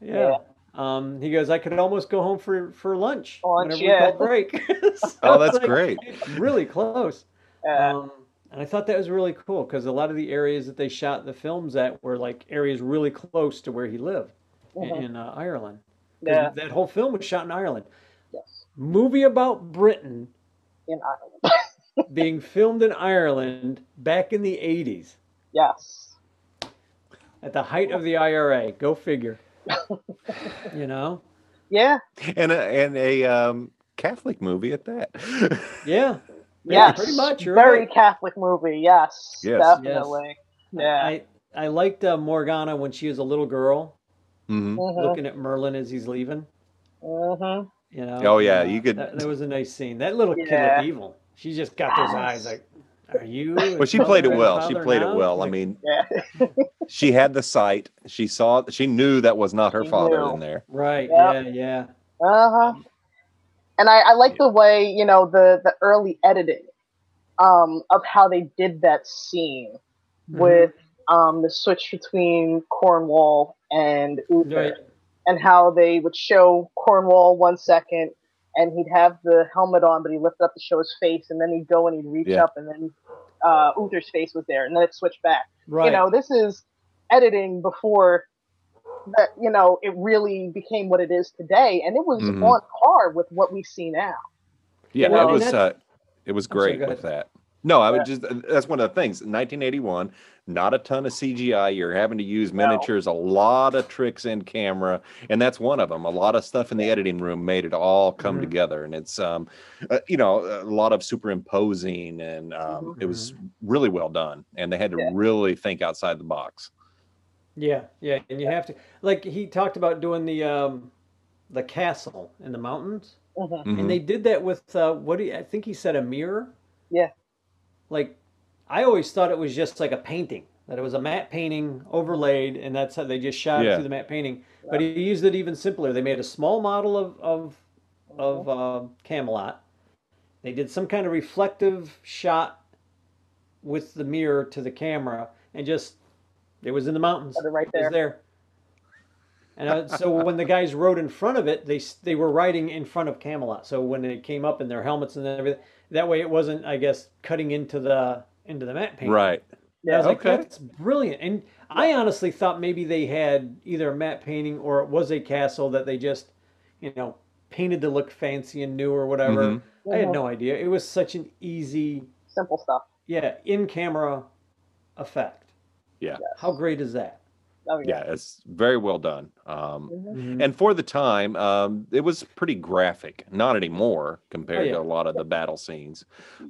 A: yeah. Um, he goes, I could almost go home for for lunch,
C: Lunch,
A: whenever
C: yeah.
A: we call break. So
B: Oh,
A: it's
B: that's
A: like,
B: great.
A: it's Really close.
C: Uh,
A: Um, and I thought that was really cool because a lot of the areas that they shot the films at were like areas really close to where he lived i-
C: Mhm.
A: in, uh, Ireland. 'Cause
C: yeah.
A: That whole film was shot in Ireland.
C: Yes.
A: Movie about Britain
C: In Ireland.
A: being filmed in Ireland back in the 80s
C: Yes.
A: at the height of the IRA. Go figure. you know?
C: Yeah.
B: And a, and a um, Catholic movie at that.
A: Yeah.
C: Yes.
A: Pretty much. You're
C: Very
A: right.
C: Catholic movie. Yes.
B: Yes.
C: Definitely. Yeah.
A: I, I liked uh, Morgana when she was a little girl
B: hmm
C: mm-hmm.
A: looking at Merlin as he's leaving.
C: Mm-hmm.
A: You know.
B: Oh, yeah,
A: uh,
B: you could-
A: That, that was a nice scene. That little kid
C: Yeah.
A: looked evil. She just got those eyes
C: Yes.
A: like, "Are you?"
B: Well, she played it well. She played it well. I
A: Like,
B: mean,
C: Yeah.
B: she had the sight. She saw. She knew that was not her
C: She
B: father
C: knew.
B: in there.
A: right?
C: Yeah.
A: Yeah, yeah,
C: Uh huh. And I, I like the way you know the the early editing um, of how they did that scene
A: Mm-hmm.
C: with um, the switch between Cornwall and Uther,
A: Right.
C: and how they would show Cornwall one second, and he'd have the helmet on, but he lifted up to show his face, and then he'd go and he'd reach
B: Yeah.
C: up, and then uh, Uther's face was there, and then it switched back
A: right.
C: you know this is editing before that you know it really became what it is today and it was
B: Mhm.
C: on par with what we see now
B: Yeah,
A: Well,
B: it
A: and
B: was. Uh,
A: that's-
B: it was
A: I'm sorry,
B: great
A: go
B: with
A: ahead.
B: that. No, I would just. That's one of the things. 1981, not a ton of CGI. You're having to use
C: No.
B: miniatures, a lot of tricks in camera, and that's one of them. A lot of stuff in the editing room made it all come
C: Mm-hmm.
A: Mhm.
B: together, and it's um, uh, you know, a lot of superimposing, and um, it was really well done. And they had to
C: Mm-hmm. Yeah.
B: really think outside the box.
A: yeah, yeah. And you have to like he talked about doing the um the castle in the mountains,
C: Mhm.
B: Mm-hmm.
A: and they did that with uh, what do you, I think he said a mirror.
C: Yeah.
A: Like, I always thought it was just like a painting that it was a matte painting overlaid, and that's how they just shot it
B: Yeah.
A: through the matte painting. But he used it even simpler. They made a small model of of of uh, Camelot. They did some kind of reflective shot with the mirror to the camera, and just it was in the mountains.
C: Put it right
A: It
C: there.
A: was there. And uh, so when the guys rode in front of it, they s- they were riding in front of Camelot. So when it came up in their helmets and everything, that way it wasn't, I guess, cutting into the into the matte painting.
B: Right.
A: And I was
B: Okay.
A: like, that's brilliant. And I honestly thought maybe they had either a matte painting or it was a castle that they just, you know, painted to look fancy and new or whatever.
B: Mhm.
A: I had
C: Mhm.
A: no idea. It was such an easy,
C: Simple stuff.
A: yeah, in camera effect.
B: Yeah.
A: How great is that?
C: Oh, yeah.
B: Yeah. It's very well done. Um,
C: Mhm.
A: Mm-hmm.
B: and for the time, um, it was pretty graphic. Not anymore compared
A: Oh, yeah.
B: to a lot of the battle scenes,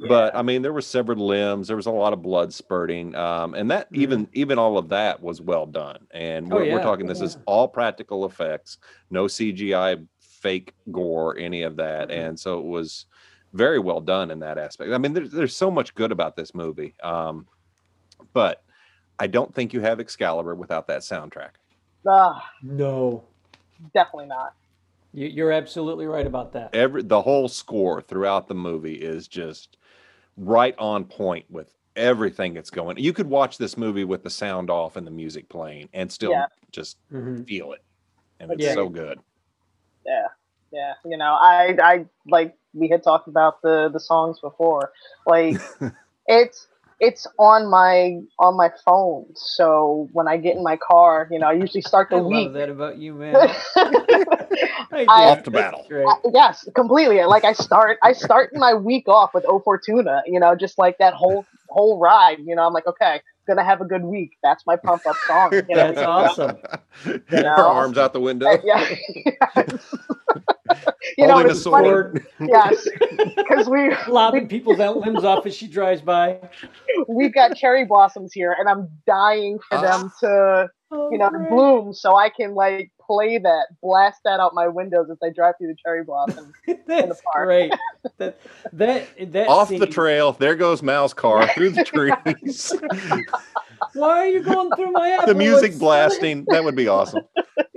B: but I mean, there were severed limbs. There was a lot of blood spurting, um, and that even even all of that was well done. And
A: Mm-hmm. Oh,
B: we're, we're
A: yeah.
B: talking this is all practical effects, no CGI, fake gore, any of that.
A: Mhm.
B: And so it was very well done in that aspect. I mean, there's there's so much good about this movie, um, but I don't think you have Excalibur without that soundtrack.
C: Ah,
A: No.
C: definitely not.
A: You, you're absolutely right about that.
B: every the whole score throughout the movie is just right on point with everything that's going. You could watch this movie with the sound off and the music playing and still
C: Yeah.
B: just
A: Mhm.
B: feel it. And it's
A: Yeah.
B: so good.
C: Yeah, yeah. You know, I, I like we had talked about the the songs before. Like, it's it's on my on my phone. So when I get in my car, you know, I usually start
A: I
C: the
A: love
C: week.
A: that about you, man. I do.
B: Off
A: That's
B: to battle.
A: great.
C: yes, completely. Like I start I start my week off with O Fortuna. You know, just like that whole whole ride. You know, I'm like, okay, gonna have a good week. That's my pump up song. You know,
A: That's awesome.
B: Her arms out the window,
C: yeah. you know,
B: holding a
C: it's funny.
B: sword.
C: Yes, because we
A: Lobbing people's out limbs off as she drives by.
C: we've got cherry blossoms here, and I'm dying for
B: Ah.
C: them to
A: Oh,
C: you know
A: great.
C: bloom so I can like play that, blast that out my windows as I drive through the cherry blossoms.
A: That's
C: park.
A: great. That that that
B: Off the
A: scene-
B: trail, there goes Mal's car through the trees.
A: Why are you going through my apple?
B: the music
A: It's-
B: blasting. That would be awesome.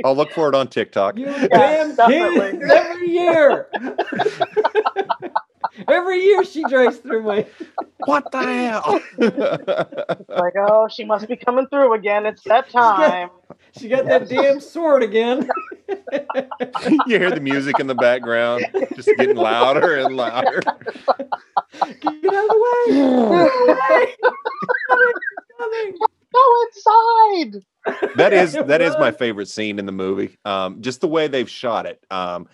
B: I'll look for it on TikTok.
A: You damn
C: definitely.
A: kids! Every year, every year she drives through my.
B: What the hell?
C: It's like, oh, she must be coming through again. It's that time.
A: She got that damn sword again.
B: you hear the music in the background just getting louder and louder.
A: Get out of the way! Get out of the way! She's coming!
C: Go inside.
B: That is that is my favorite scene in the movie. Um, just the way they've shot it. Um,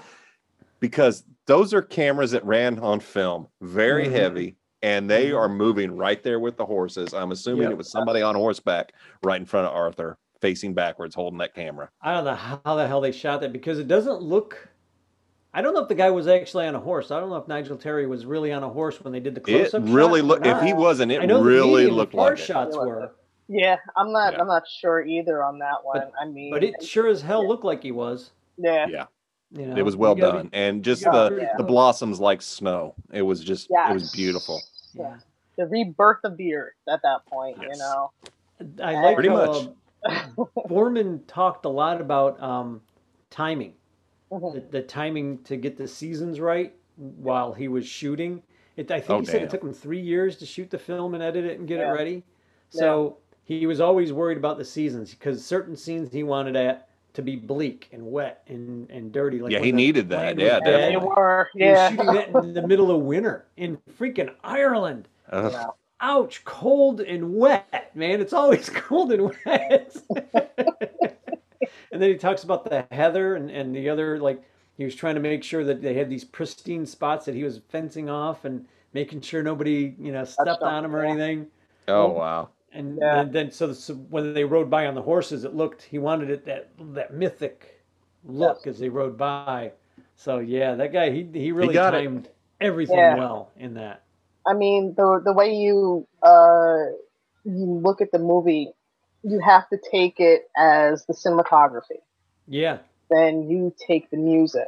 B: because those are cameras that ran on film, very
A: Mhm.
B: heavy, and they
A: Mhm.
B: are moving right there with the horses. I'm assuming
A: Yep.
B: it was somebody on horseback right in front of Arthur, facing backwards, holding that camera.
A: I don't know how the hell they shot that because it doesn't look. I don't know if the guy was actually on a horse. I don't know if Nigel Terry was really on a horse when they did the
B: It
A: close-up.
B: really
A: shots or
B: looked. If he
A: not.
B: wasn't, it
A: I know the
B: really
A: medium
B: looked
A: far
B: like it.
A: shots were,
C: Yeah, I'm not.
B: Yeah.
C: I'm not sure either on that one. I mean,
A: but it sure as hell looked like he was.
C: yeah,
B: Yeah,
A: You know,
B: it was
A: You
B: well
A: gotta be-
B: done, and just
A: gotta
B: the
A: be pretty
B: the
A: close.
B: blossoms like snow. It was just
C: yeah,
B: it was beautiful.
C: Yeah.
A: Yeah.
C: The rebirth of the earth at that point, you
B: Yes.
C: know.
A: I like
B: Pretty
A: how,
B: much.
A: uh, Borman talked a lot about um, timing, the, the timing to get the seasons right while he was shooting. It, I think
B: Oh,
A: he said
B: damn.
A: it took him three years to shoot the film and edit it and get
C: Yeah.
A: it ready. So he was always worried about the seasons because certain scenes he wanted at to be bleak and wet and, and dirty. Like
B: yeah,
A: when
B: he
A: the
B: needed that.
A: land was
B: Yeah,
A: bad.
C: And they
B: definitely.
C: were,
A: He was
C: yeah.
A: shooting that in the middle of winter in freaking Ireland.
B: Ugh.
C: Yeah.
A: Ouch, cold and wet, man. It's always cold and wet. and then he talks about the heather and, and the other, like, he was trying to make sure that they had these pristine spots that he was fencing off and making sure nobody, you know, stepped
C: on-
A: on them or
C: yeah.
A: anything.
B: Oh wow.
A: And
C: Yeah.
A: then, then so, so when they rode by on the horses, it looked, he wanted it that, that mythic look as they rode by. So, yeah, that guy, he, he really
B: got it.
A: timed everything
C: Yeah.
A: well in that.
C: I mean, the the way you uh, you look at the movie, you have to take it as the cinematography.
A: Yeah.
C: then you take the music.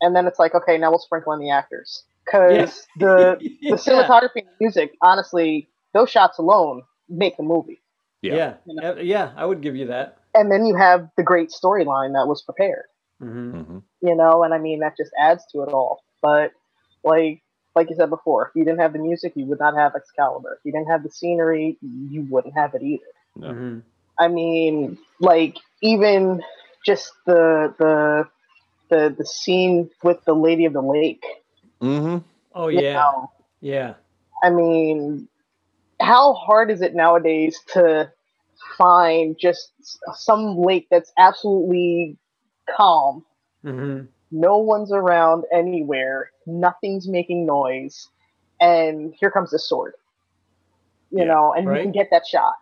C: And then it's like, okay, now we'll sprinkle in the actors. Because the, the
A: Yeah.
C: cinematography and the music, honestly, those shots alone make the movie.
B: Yeah.
A: Yeah. Yeah. yeah, I would give you that.
C: And then you have the great storyline that was prepared.
A: hmm
B: hmm
C: you know and i mean that just adds to it all but like like you said before if you didn't have the music you would not have excalibur if you didn't have the scenery you wouldn't have it either
B: Yeah.
A: hmm
C: i mean like even just the the the, the scene with the lady of the lake
B: hmm
A: Oh
C: you
A: yeah,
C: know,
A: yeah.
C: i mean how hard is it nowadays to find just s- some lake that's absolutely calm
A: hmm
C: no one's around anywhere, nothing's making noise, and here comes the sword. You
B: Yeah,
C: know, and
A: right.
C: you can get that shot.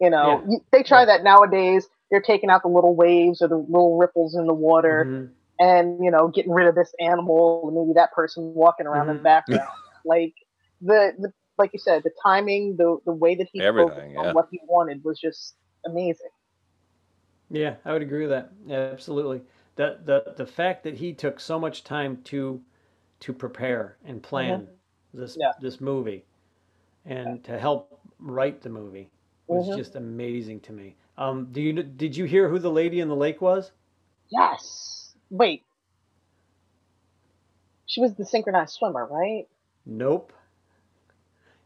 C: You know,
A: Yeah.
C: You- they try
A: Yeah.
C: that nowadays. They're taking out the little waves or the little ripples in the water
A: Mhm.
C: and, you know, getting rid of this animal and maybe that person walking around in
A: Mhm.
C: the background. like the, the like you said, the timing, the the way that he focused
B: Everything,
C: on
B: yeah.
C: what he wanted was just amazing.
A: Yeah, I would agree with that. Yeah, absolutely. The the the fact that he took so much time to to prepare and plan this
C: Yeah.
A: this movie and to help write the movie was
C: Mhm.
A: just amazing to me. Um, do you did you hear who the lady in the lake was?
C: Yes. Wait. She was the synchronized swimmer, right?
A: Nope.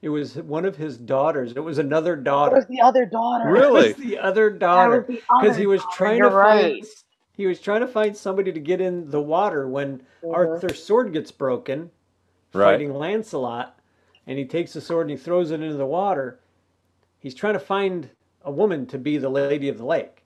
A: It was one of his daughters. It was another
C: It was
A: daughter.
C: the other daughter.
B: Really?
A: It was the other
C: That was
A: daughter
C: the
A: because
C: other
A: he was
C: daughter,
A: trying
C: Oh you're
A: to find
C: right.
A: he was trying to find somebody to get in the water when
C: Mhm.
A: Arthur's sword gets broken
B: Right.
A: fighting Lancelot and he takes the sword and he throws it into the water. He's trying to find a woman to be the lady of the lake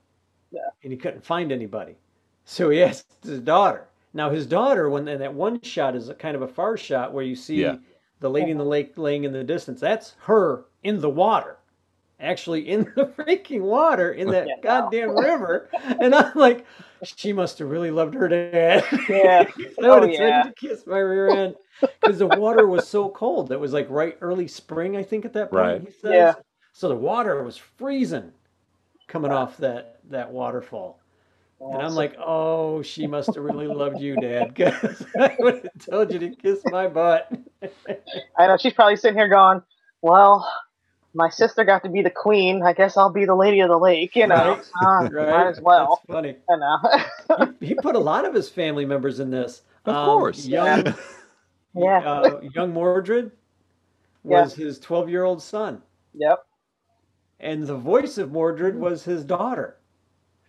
C: Yeah.
A: and he couldn't find anybody. So he asked his daughter. Now his daughter, when and that one shot is a kind of a far shot where you see
B: Yeah.
A: the lady in the lake laying in the distance. That's her in the water, actually in the freaking water in that
C: Yeah.
A: goddamn river. And I'm like, she must have really loved her dad.
C: Yeah.
A: I would
C: Oh,
A: have
C: yeah.
A: tried to kiss my rear end because the water was so cold. It was like right early spring, I think, at that point.
B: Right.
A: He says.
C: Yeah.
A: So the water was freezing coming off that that waterfall. And I'm
C: Awesome.
A: like, oh, she must have really loved you, Dad, because I would have told you to kiss my butt.
C: I know she's probably sitting here going, "Well, my sister got to be the queen. I guess I'll be the lady of the lake." You know,
A: Right.
C: Uh, might as well.
A: That's funny.
C: You know.
A: He, he put a lot of his family members in this.
B: Of
A: Um,
B: course.
A: Young,
C: Yeah.
A: uh, young Mordred
C: Yeah.
A: was his 12 year old son,
C: yep.
A: and the voice of Mordred was his daughter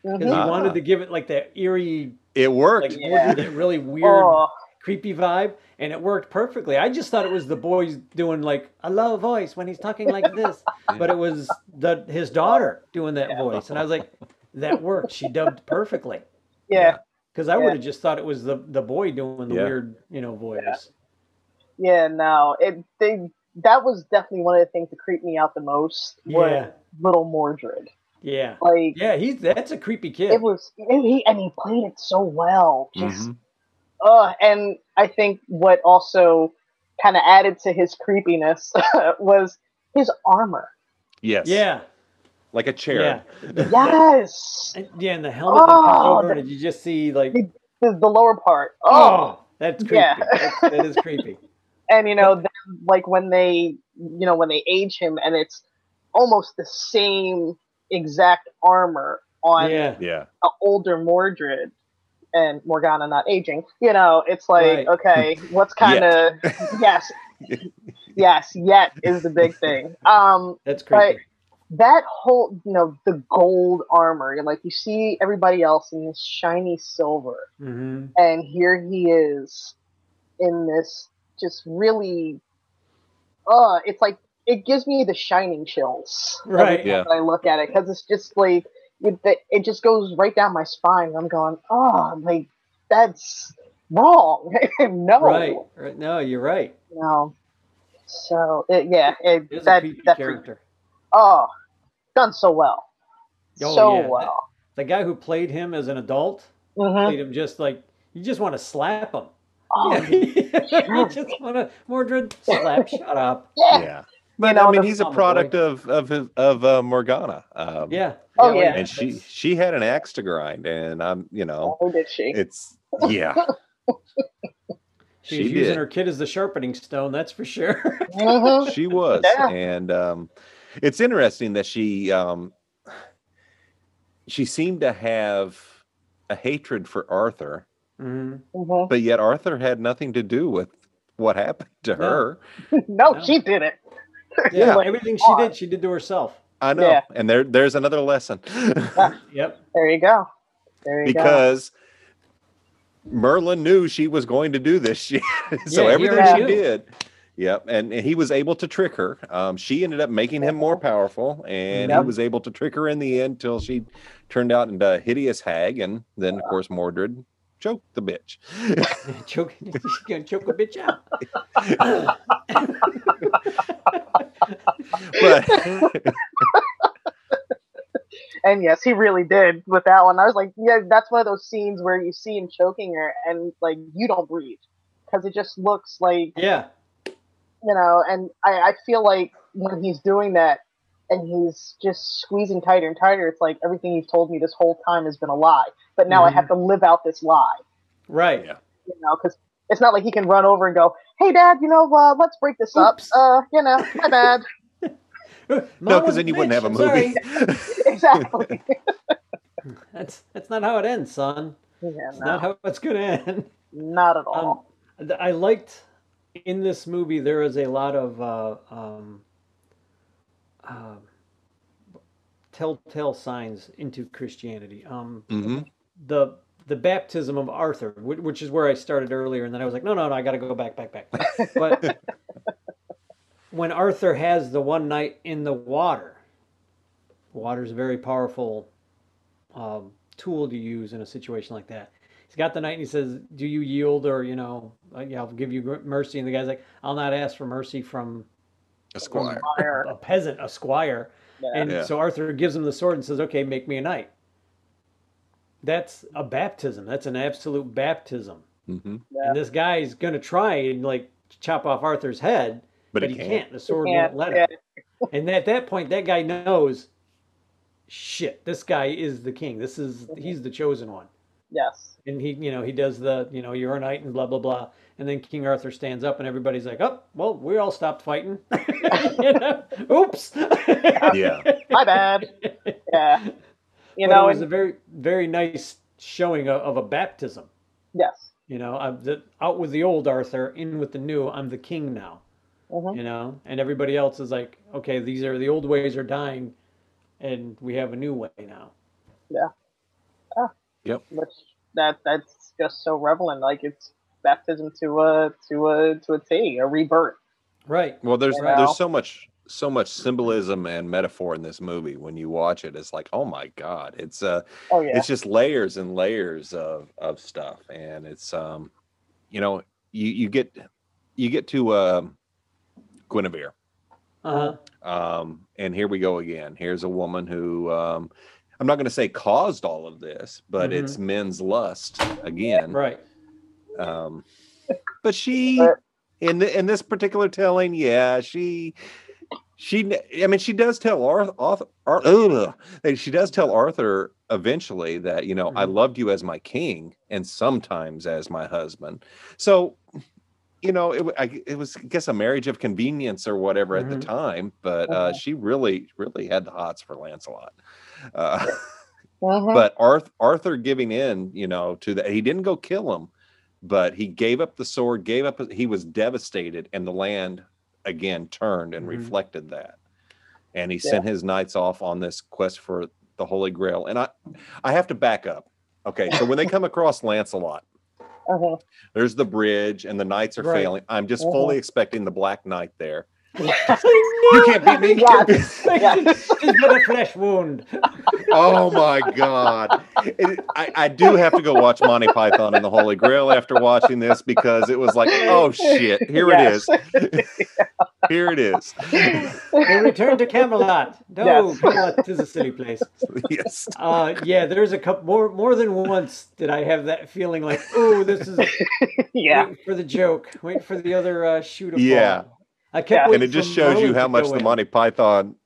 A: because he
C: Mhm.
B: Ah.
A: wanted to give it like that eerie,
B: It
A: like
B: worked.
C: Yeah.
A: Mordred, that really weird.
C: Oh,
A: creepy vibe and it worked perfectly i just thought it was the boys doing like a low voice when he's talking like this but it was the his daughter doing that
C: Yeah.
A: voice and i was like that worked she dubbed perfectly
C: yeah,
A: because i
C: Yeah.
A: would have just thought it was the the boy doing the
B: Yeah.
A: weird you know voice
C: yeah. No, it they that was definitely one of the things that creeped me out the most was
A: Yeah.
C: little Mordred.
A: yeah
C: Like
A: yeah he's that's a creepy kid
C: it was, and he and he played it so well. Just
B: Mhm.
C: Uh, and I think what also kind of added to his creepiness was his armor.
B: Yes.
A: yeah
B: Like a chair.
A: yeah
C: Yes,
A: And- yeah and the helmet that comes
C: Oh,
A: over
C: the-
A: and you just see like
C: the, the lower part. Oh,
A: that's creepy
C: Yeah.
A: that's, that is creepy
C: and you know, then, like when they, you know, when they age him, and it's almost the same exact armor on an
A: yeah
B: Yeah.
C: older Mordred and Morgana not aging. You know, it's
A: Right.
C: like okay, what's kind of yes, yes, yet is the big thing. Um,
A: that's
C: But-
A: creepy
C: that whole you know the gold armor like you see everybody else in this shiny silver
A: hmm
C: and here he is in this just really uh it's like it gives me the shining chills every
A: Right.
C: time
B: Yeah.
C: that i look at it because it's just like it, it just goes right down my spine i'm going oh like that's wrong no
A: right right no you're right
C: no so it, yeah it,
A: He is a
C: that
A: creepy
C: that freaked-
A: character.
C: oh done so well
A: Oh,
C: so
A: yeah, that-
C: well
A: The guy who played him as an adult
C: Mhm.
A: played him just like you just want to slap him.
C: Oh,
A: yeah, you just want to Mordred slap. Shut up.
C: yeah.
B: Yeah. But
C: know,
B: I mean,
C: the-
B: he's a
A: Oh, my boy.
B: product of of his, of uh, Morgana. Um,
A: Yeah,
C: Oh yeah.
B: and she she had an axe to grind, and I'm you know
C: Oh, did she?
B: it's yeah.
A: She's
B: She
A: using
B: did.
A: her kid as the sharpening stone, that's for sure.
C: Mhm.
B: she was
C: Yeah.
B: and um it's interesting that she um she seemed to have a hatred for arthur Mm-hmm.
A: Mhm.
C: Mhm.
B: but yet arthur had nothing to do with what happened to
A: No.
B: her
C: No,
A: No.
C: she did it.
A: Yeah,
B: Yeah.
A: everything she did, she did to herself.
B: i know
C: Yeah.
B: and there there's another lesson
A: Yep.
C: There you go. There you go.
B: because merlin knew she was going to do this shit so
A: Yeah, he
B: everything
C: already
B: she
A: knew.
B: did Yep, and, and he was able to trick her. Um, she ended up making him more powerful, and
C: Yep.
B: he was able to trick her in the end till she turned out into a hideous hag. And then, of course, Mordred choked the bitch.
A: choke, she's gonna choke a bitch out.
B: But
C: And yes, he really did with that one. I was like, yeah, that's one of those scenes where you see him choking her and like you don't breathe because it just looks like
A: Yeah.
C: you know, and I, I feel like when he's doing that and he's just squeezing tighter and tighter, it's like everything you've told me this whole time has been a lie, but now I have to live out this lie,
A: Right.
B: Yeah.
C: you know, because it's not like he can run over and go, "Hey, Dad, you know, uh, let's break this up."
A: Oops.
C: Uh, you know, my bad.
A: Mom
B: no,
A: was
B: because
A: a
B: then you wouldn't
A: bitch,
B: have
A: I'm
B: a movie.
A: sorry.
C: exactly.
A: That's that's not how it ends, son.
C: Yeah,
A: It's
C: no,
A: not how it's gonna end.
C: not
A: Um,
C: at all.
A: th- I liked in this movie there is a lot of uh, um, uh, telltale signs into Christianity. Um,
B: Mhm.
A: the the baptism of Arthur, whi- which is where I started earlier, and then I was like, no, no, no, I got to go back, back, back. But when Arthur has the one night in the water, water's a very powerful um, tool to use in a situation like that. He's got the knight and he says, "Do you yield, or you know, uh, yeah, I'll give you gr- mercy." And the guy's like, "I'll not ask for mercy from
B: Esquire.
C: Fire.
A: a peasant, a squire." And
B: Yeah.
A: so Arthur gives him the sword and says, "Okay, make me a knight." That's a baptism. That's an absolute baptism.
B: Mhm.
C: Yeah.
A: And this guy's gonna try and like chop off Arthur's head,
B: But,
A: but,
B: it
A: he
B: can't.
A: can't. The sword
C: Yeah,
A: won't let
C: yeah.
A: him. And at that point, that guy knows, shit, this guy is the king. This is he's the chosen one.
C: Yes.
A: And he, you know, he does the, you know, you're a knight and blah blah blah. And then King Arthur stands up, and everybody's like, oh, well, we all stopped fighting. You know? Oops.
B: Yeah.
C: My bad. Yeah. You
A: but
C: know.
A: it was
C: and-
A: a very very nice showing of, of a baptism.
C: yes.
A: You know, I'm the, out with the old Arthur, in with the new. I'm the king now.
C: Mhm.
A: You know, and everybody else is like, okay, these are the old ways are dying, and we have a new way now.
C: which that that's just so relevant. Like it's baptism to a to a to a T, a rebirth.
A: Right.
B: Well, there's
C: You know?
B: there's so much so much symbolism and metaphor in this movie. When you watch it, it's like, oh my god, it's uh
C: Oh yeah,
B: it's just layers and layers of of stuff and it's um you know you you get you get to um guinevere
A: Uh-huh.
B: um and here we go again here's a woman who um i'm not going to say caused all of this but
C: Mm-hmm.
A: Mhm.
B: it's men's lust again
A: Right.
B: um but she
C: But-
B: in the, in this particular telling yeah she she kn- i mean she does tell arthur, arthur, she does tell arthur eventually that you know i
A: Mhm.
B: loved you as my king and sometimes as my husband so you know it, wa- I, g- it was I guess a marriage of convenience or whatever at
A: Mhm.
B: the time but uh, she really really had the hots for lancelot uh,
C: Mhm.
B: but Arth- Arthur giving in, you know, to that he didn't go kill him, but he gave up the sword, gave up. He was devastated, and the land again turned and
A: Mhm.
B: reflected that. And he
C: Yeah.
B: sent his knights off on this quest for the Holy Grail. And I, I have to back up. Okay, so when they come across Lancelot,
C: Mhm.
B: there's the bridge, and the knights are
A: Right.
B: failing. I'm just
C: Mhm.
B: fully expecting the Black Knight there.
A: I
B: You can't beat me.
C: Yeah.
A: She's got a flesh wound.
B: Oh my god! It, I, I do have to go watch Monty Python and the Holy Grail after watching this because it was like, oh shit, here
C: Yes.
B: it is, here it is.
A: They return to Camelot. No,
C: Yes.
A: Camelot is a silly place.
B: yes,
A: Uh, yeah, there's a couple more more than once did I have that feeling like, oh, this is
C: yeah,
A: wait for the joke, wait for the other uh, shoe to
B: Yeah.
A: fall. I kept
C: Yeah.
B: and
A: waiting
B: it just
A: for
B: shows you
A: Merlin
B: how
A: to
B: much
A: go
B: the
A: in.
B: Monty Python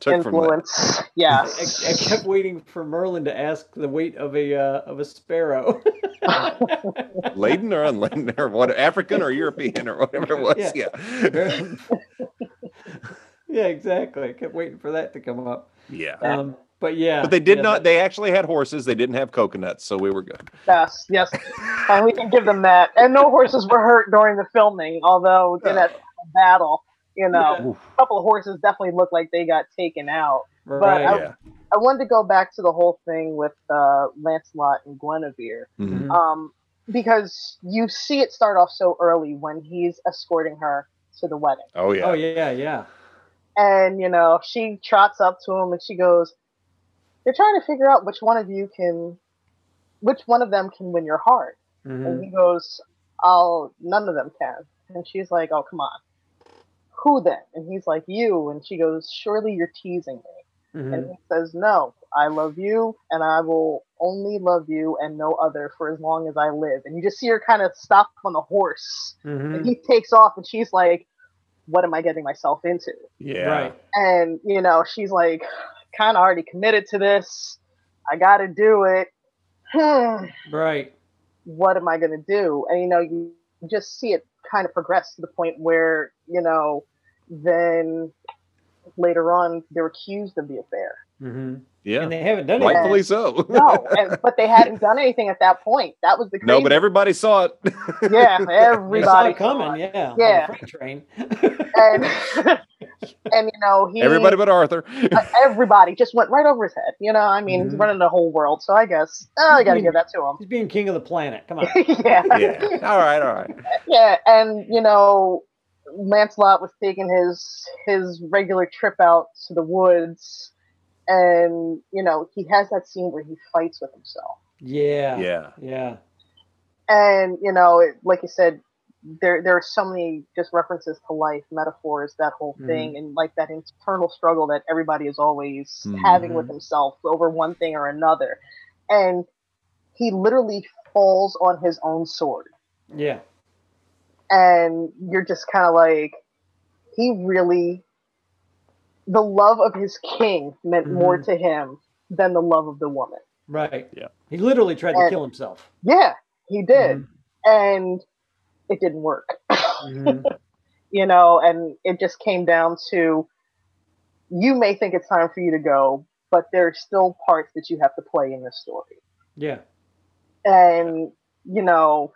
B: took from that.
C: influence.
A: I,
C: Yes.
A: I kept waiting for Merlin to ask the weight of a uh, of a sparrow.
B: laden or unladen or what African or European or whatever it was. Yeah.
A: Yeah. yeah, exactly. I kept waiting for that to come up.
B: Yeah.
A: Um, but yeah,
B: But they did
A: yeah,
B: not
A: that-
B: they actually had horses, they didn't have coconuts, so we were good.
C: Yes, yes. And we can give them that. And no horses were hurt during the filming, although in that battle, you know,
A: Yeah.
C: a couple of horses definitely looked like they got taken out.
A: right.
C: I-
B: yeah.
C: I wanted to go back to the whole thing with uh, Lancelot and Guinevere,
A: Mm-hmm.
B: Mhm.
C: um, because you see it start off so early when he's escorting her to the wedding,
B: Oh yeah.
A: Oh yeah, yeah.
C: and you know she trots up to him and she goes, "They're trying to figure out which one of you can, which one of them can win your heart,"
A: Mhm.
C: and he goes, "I'll, none of them can," and she's like, "Oh come on." Who then? And he's like, You. And she goes, Surely you're teasing me.
A: Mhm.
C: and he says no i love you and i will only love you and no other for as long as i live and you just see her kind of stop on the horse and
A: Mhm.
C: he takes off and she's like what am i getting myself into
B: Yeah.
A: Right.
C: and you know she's like kind of already committed to this i gotta do it
A: Right.
C: what am i gonna do and you know you just see it kind of progress to the point where you know then later on they're accused of the affair
A: hmm
B: Yeah.
A: And they haven't done it.
B: Rightfully so.
C: No, and, but they hadn't done anything at that point. That was the crazy.
B: no, but everybody saw it.
C: yeah,
A: They saw
C: everybody
A: it coming.
C: saw it.
A: Yeah. on the
C: Yeah.
A: freight train.
C: And, and you know he uh,
B: Everybody but Arthur.
C: everybody just went right over his head. You know, I mean, he's
A: Mhm.
C: running the whole world, so I guess oh, I got to give that to him.
A: He's being king of the planet. Come on.
C: yeah,
B: yeah. All right, all right.
C: yeah, and you know, Lancelot was taking his his regular trip out to the woods, and you know he has that scene where he fights with himself.
A: Yeah. Oh,
B: Yeah.
A: Yeah.
C: and you know it, like you said there there are so many just references to life metaphors that whole thing and like that internal struggle that everybody is always having with
A: Mhm.
C: himself over one thing or another and he literally falls on his own sword
A: Yeah.
C: and you're just kind of like he really the love of his king meant more to him than the love of the woman
A: Right.
B: Yeah.
A: He literally tried to
C: And-
A: kill himself.
C: yeah he did
A: Mm-hmm.
C: and it didn't work
B: Mm-hmm.
A: Mhm.
C: you know, and it just came down to you may think it's time for you to go, but there's still parts that you have to play in this story.
A: Yeah.
C: And, you know,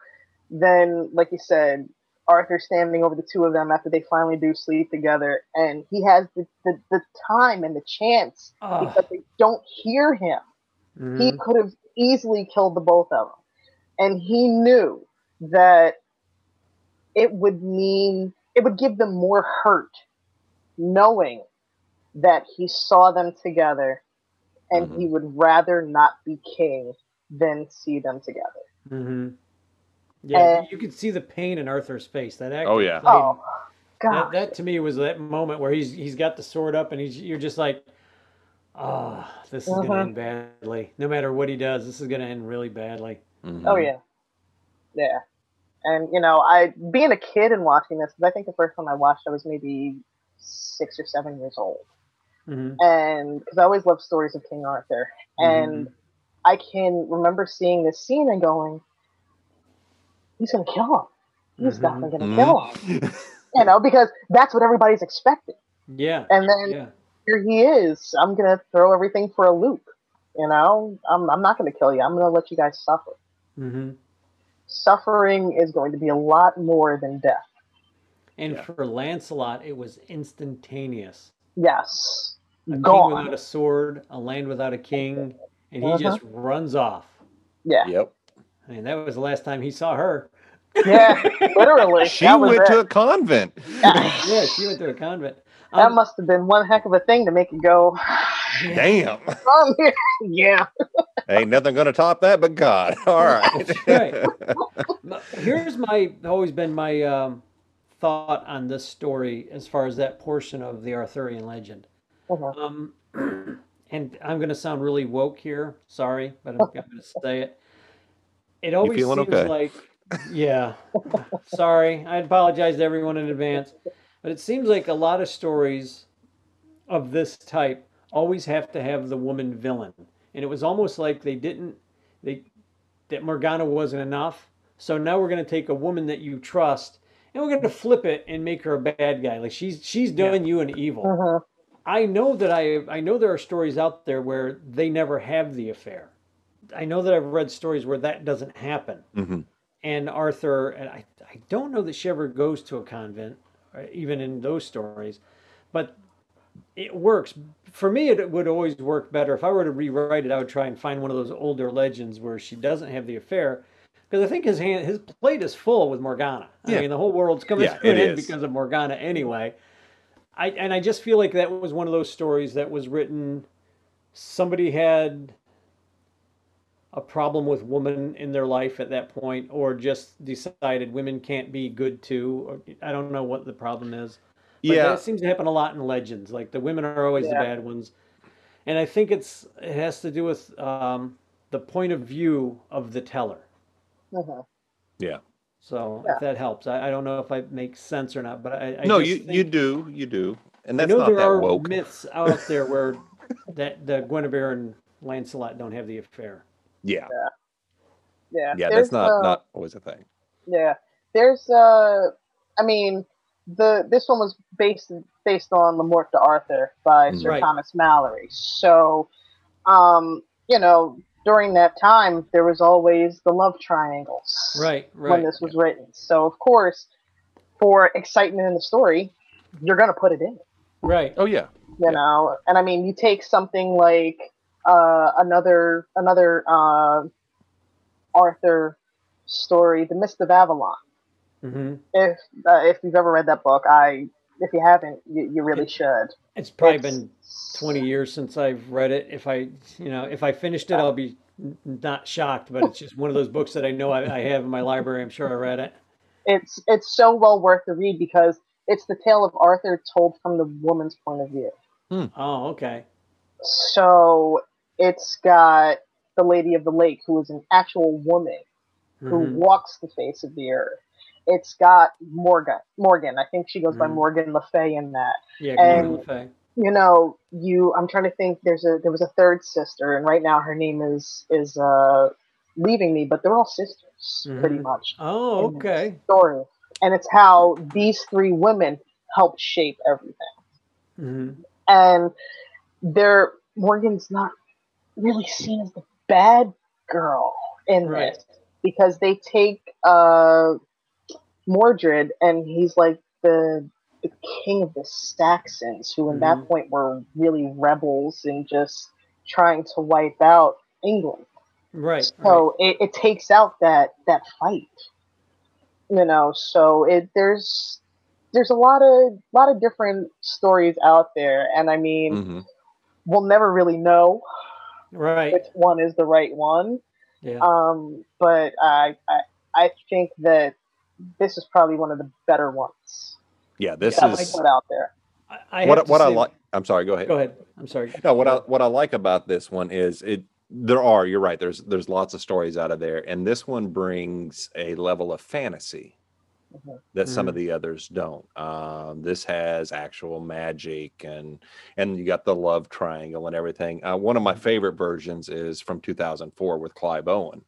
C: then, like you said, Arthur standing over the two of them after they finally do sleep together, and he has the, the, the time and the chance
A: Oh.
C: because they don't hear him.
B: Mm-hmm.
C: He could have easily killed the both of them. And he knew that it would mean, it would give them more hurt knowing that he saw them together and he would rather not be king than see them together.
B: Mm-hmm.
A: hmm Yeah.
C: And-
A: you could see the pain in Arthur's face. That act.
B: Oh, yeah.
A: played-
C: Oh, God.
A: That, that to me was that moment where he's he's got the sword up and he's you're just like, ah, this is
C: Uh-huh.
A: gonna end badly. No matter what he does, this is gonna end really badly.
C: Oh,
B: Mm-hmm.
C: yeah. Yeah. And, you know, I, being a kid and watching this, 'cause I think the first time I watched, I was maybe six or seven years old.
B: Mm-hmm.
A: hmm
C: and because I always love stories of King Arthur, and
A: Mm-hmm.
C: I can remember seeing this scene and going, "He's gonna kill him. He's
A: Mhm.
C: definitely gonna
B: Mhm.
C: kill him."
A: Mm-hmm.
C: you know, because that's what everybody's expecting.
A: Yeah.
C: And then
A: yeah.
C: here he is. I'm gonna throw everything for a loop. You know, I'm I'm not gonna kill you. I'm gonna let you guys suffer.
B: Mm-hmm.
A: hmm
C: Suffering is going to be a lot more than death.
A: And
B: Yeah.
A: for Lancelot, it was instantaneous.
C: Yes,
A: A king
C: gone.
A: without a sword, a land without a king, and he
C: Uh-huh.
A: just runs off.
C: Yeah,
B: Yep.
A: I mean, that was the last time he saw her.
C: yeah, literally.
B: She
C: that was
B: went to
C: it.
B: a convent.
A: Yeah, she went to a convent.
C: That
A: Um,
C: must have been one heck of a thing to make it go.
B: Damn.
C: Um, yeah.
B: Ain't nothing gonna top that but God. All right.
A: That's right. My- Here's my always been my um, thought on this story as far as that portion of the Arthurian legend.
C: Mhm.
A: Um, and I'm going to sound really woke here. Sorry, but I'm, going to say it. It always seems
B: feeling okay?
A: like, yeah. sorry, I apologize to everyone in advance, but it seems like a lot of stories of this type always have to have the woman villain. And it was almost like they didn't they that Morgana wasn't enough. So now we're going to take a woman that you trust and we're going to flip it and make her a bad guy. Like she's she's doing you an evil.
C: Uh-huh.
A: I know that I I know there are stories out there where they never have the affair. I know that I've read stories where that doesn't happen.
B: Mhm.
A: And Arthur and I I don't know that she ever goes to a convent uh, even in those stories, but it works for me. It would always work better if I were to rewrite it. I would try and find one of those older legends where she doesn't have the affair. Because I think his hand, his plate is full with Morgana. I
B: Yeah.
A: mean, the whole world's coming
B: Yeah,
A: to an
B: it
A: end
B: is.
A: because of Morgana anyway. I and I just feel like that was one of those stories that was written. Somebody had a problem with women in their life at that point, or just decided women can't be good too. Or, I don't know what the problem is. But
B: Yeah.
A: that seems to happen a lot in legends. Like the women are always the
C: Yeah.
A: bad ones, and I think it's it has to do with um, the point of view of the teller.
C: Uh-huh.
B: Yeah.
A: So
C: Yeah.
A: if that helps, I, I don't know if I make sense or not, but I, I
B: no,
A: just
B: you
A: think,
B: you do you do, and
A: I
B: that's
A: know
B: not
A: there
B: that
A: are
B: woke.
A: myths out there where that the Guinevere and Lancelot don't have the affair.
B: yeah.
C: Yeah.
B: Yeah.
C: There's,
B: That's not
C: uh,
B: not always a thing.
C: Yeah. There's uh I mean the this one was based based on La Morte d'Arthur by Sir
A: Right.
C: Thomas Mallory. So um, you know, during that time there was always the love triangles.
A: Right,
C: When
A: right.
C: this was written. So of course, for excitement in the story, you're gonna put it in.
A: Right.
B: Oh yeah.
C: you
B: Yeah.
C: know and i mean you take something like uh, another another uh, arthur story the mist of avalon
A: hmm
C: if uh, if you've ever read that book i if you haven't you, you really should
A: It's probably
C: It's-
A: been 20 years since I've read it. If I, you know, if I finished it, I'll be n- not shocked, but it's just one of those books that I know I, I have in my library. I'm sure I read it.
C: it's it's so well worth the read because it's the tale of arthur told from the woman's point of view
A: Oh, okay.
C: so it's got the lady of the lake who is an actual woman who
A: Mhm.
C: walks the face of the earth. It's got Morgan. Morgan, I think she goes by
A: Mhm.
C: Morgan Le Fay in that.
A: Yeah, Gordon
C: and-
A: Le Fay.
C: You know, you. I'm trying to think. There's a there was a third sister, and right now her name is is uh, leaving me. But they're all sisters, pretty
A: Mhm.
C: much.
A: Oh,
C: in this
A: okay.
C: Story, and it's how these three women helped shape everything.
A: hmm
C: And they're Morgan's not really seen as the bad girl in
A: Right.
C: this because they take uh Mordred and he's like the the king of the Saxons who in that
A: Mhm.
C: point were really rebels and just trying to wipe out England.
A: Right. right.
C: So it, it takes out that that fight. You know, so it there's there's a lot of lot of different stories out there and I mean
B: Mhm.
C: we'll never really know
A: Right.
C: which one is the right one.
A: Yeah.
C: Um, but I, I I think that this is probably one of the better ones
B: Yeah. This
C: that
B: is
C: was put out there.
A: I, I have
B: what
A: to
B: what I
A: say-
B: like. I'm sorry. Go ahead.
A: Go ahead. I'm sorry.
B: No, what I what I like about this one is it there are, you're right, there's there's lots of stories out of there and this one brings a level of fantasy
C: Mhm.
B: that some
A: Mhm.
B: of the others don't. Um, this has actual magic and and you got the love triangle and everything. Uh, one of my favorite versions is from 2004 with Clive Owen.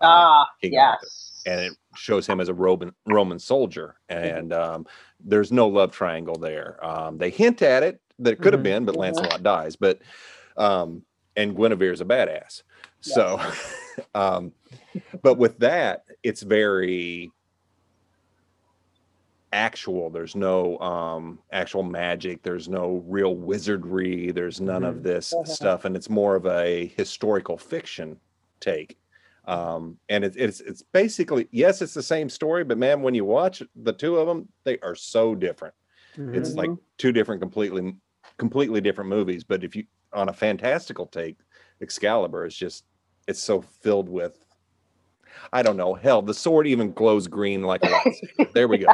B: uh,
C: ah,
B: King Arthur
C: yes.
B: and it shows him as a Roman Roman soldier. And um, there's no love triangle there. Um, they hint at it that it could have
A: Mhm.
B: been, but
C: Mhm.
B: Lancelot dies. But um, and Guinevere's a badass. So, um, but with that, it's very actual. There's no um, actual magic. There's no real wizardry. There's none
A: Mhm.
B: of this
C: Mhm.
B: stuff, and it's more of a historical fiction take. Um, and it, it's it's basically yes, it's the same story, but man, when you watch the two of them, they are so different. It's
A: Mhm.
B: like two different, completely completely different movies. But if you on a fantastical take, Excalibur is just it's so filled with. I don't know. Hell, the sword even glows green like a lightsaber. There we go.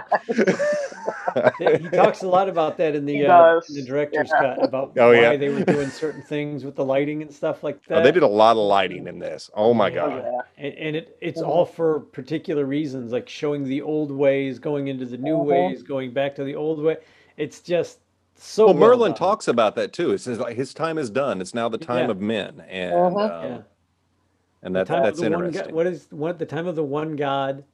A: Yeah, he talks a lot about that in
C: He
A: the uh,
C: does.
A: in the director's
C: Yeah.
A: cut about
B: Oh,
A: why
B: yeah.
A: they were doing certain things with the lighting and stuff like that.
B: Oh, they did a lot of lighting in this. Oh my
A: Yeah.
B: god.
C: yeah.
A: and, and it it's
C: Mhm.
A: all for particular reasons like showing the old ways going into the new
C: Mhm.
A: ways going back to the old way it's just so
B: well, Merlin
A: done.
B: talks about that too. It says like his time is done. It's now the time
A: Yeah. Uh-huh.
B: of men, and
C: Mhm.
B: um,
A: Yeah.
B: and that,
A: Time of
B: that's
A: the one
B: interesting.
A: God, what is what the time of the one God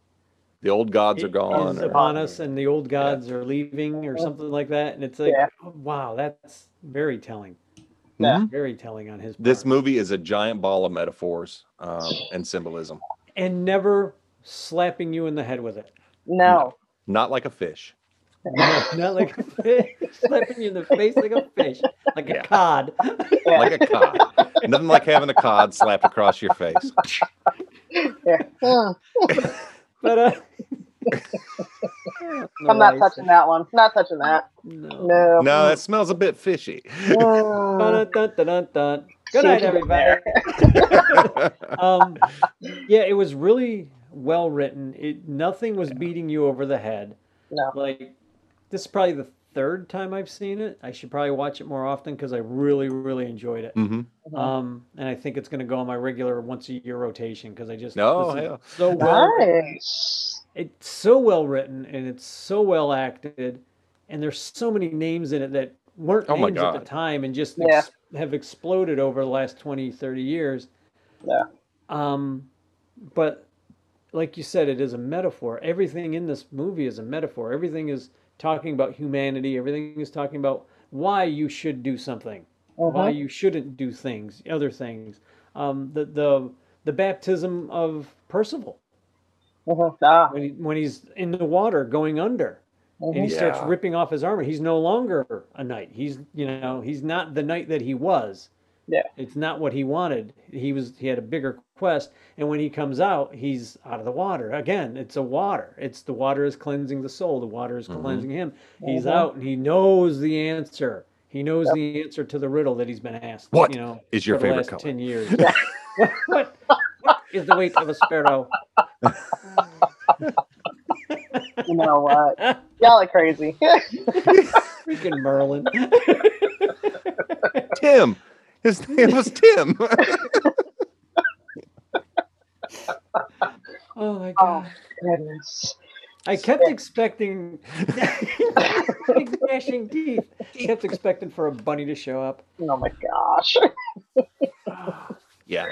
B: the old gods are gone.
A: is
B: or-
A: upon us, and the old gods are leaving, or something like that. And it's like,
C: Uh-huh.
A: oh,
C: Yeah. Uh-huh.
A: wow, that's very telling.
C: Yeah.
A: Very telling on his part.
B: This movie is a giant ball of metaphors um, and symbolism,
A: and never slapping you in the head with it.
C: No.
B: not like a fish.
A: Not like a fish, slapping you in the face like a fish, like
B: Yeah.
A: a cod.
C: Yeah.
B: like a cod. Nothing like having a cod slap across your face.
C: Hmm.
A: But uh,
C: I'm not touching that one. Not touching that.
A: No.
C: No.
B: No, that smells a bit fishy.
C: Mm.
A: Ba-da-dun-dun-dun-dun. Good night, everybody. Um, yeah, it was really well written. It nothing was beating you over the head.
C: No.
A: Like this is probably the third time I've seen it. I should probably watch it more often because I really, really enjoyed it.
B: hmm
C: Mm-hmm.
A: Um, and I think it's going to go on my regular once a year rotation because I just
B: Oh,
A: this is
B: yeah.
A: so well
C: Nice.
A: it's so well written and it's so well acted, and there's so many names in it that weren't
B: Oh my
A: names at the
B: God.
A: time and just
C: Yeah.
A: ex- have exploded over the last 20, 30 years.
C: Yeah.
A: Um, but like you said, it is a metaphor. Everything in this movie is a metaphor. Everything is talking about humanity. Everything is talking about why you should do something, why
C: Mhm.
A: you shouldn't do things, other things. Um, the the the baptism of Percival
C: Mhm. Ah. uh-huh.
A: when, he, when he's in the water going under and he starts
B: Yeah.
A: ripping off his armor he's no longer a knight he's you know he's not the knight that he was
C: Yeah.
A: it's not what he wanted he was he had a bigger quest and when he comes out he's out of the water again it's a water it's the water is cleansing the soul the water is
B: Mhm.
A: cleansing him he's
C: Mhm.
A: out and he knows the answer he knows the answer to the riddle that he's been asked
B: What
A: you know
B: is your
A: for the
B: favorite
A: last
B: color?
A: 10 years what, what, what is the weight of a sparrow
C: You know what? Y'all are crazy.
A: freaking merlin
B: Tim. His name was Tim.
A: Oh my
C: Oh.
A: god!
C: Goodness.
A: I kept expecting big gnashing teeth. I kept expecting for a bunny to show up.
C: Oh my gosh.
B: yeah.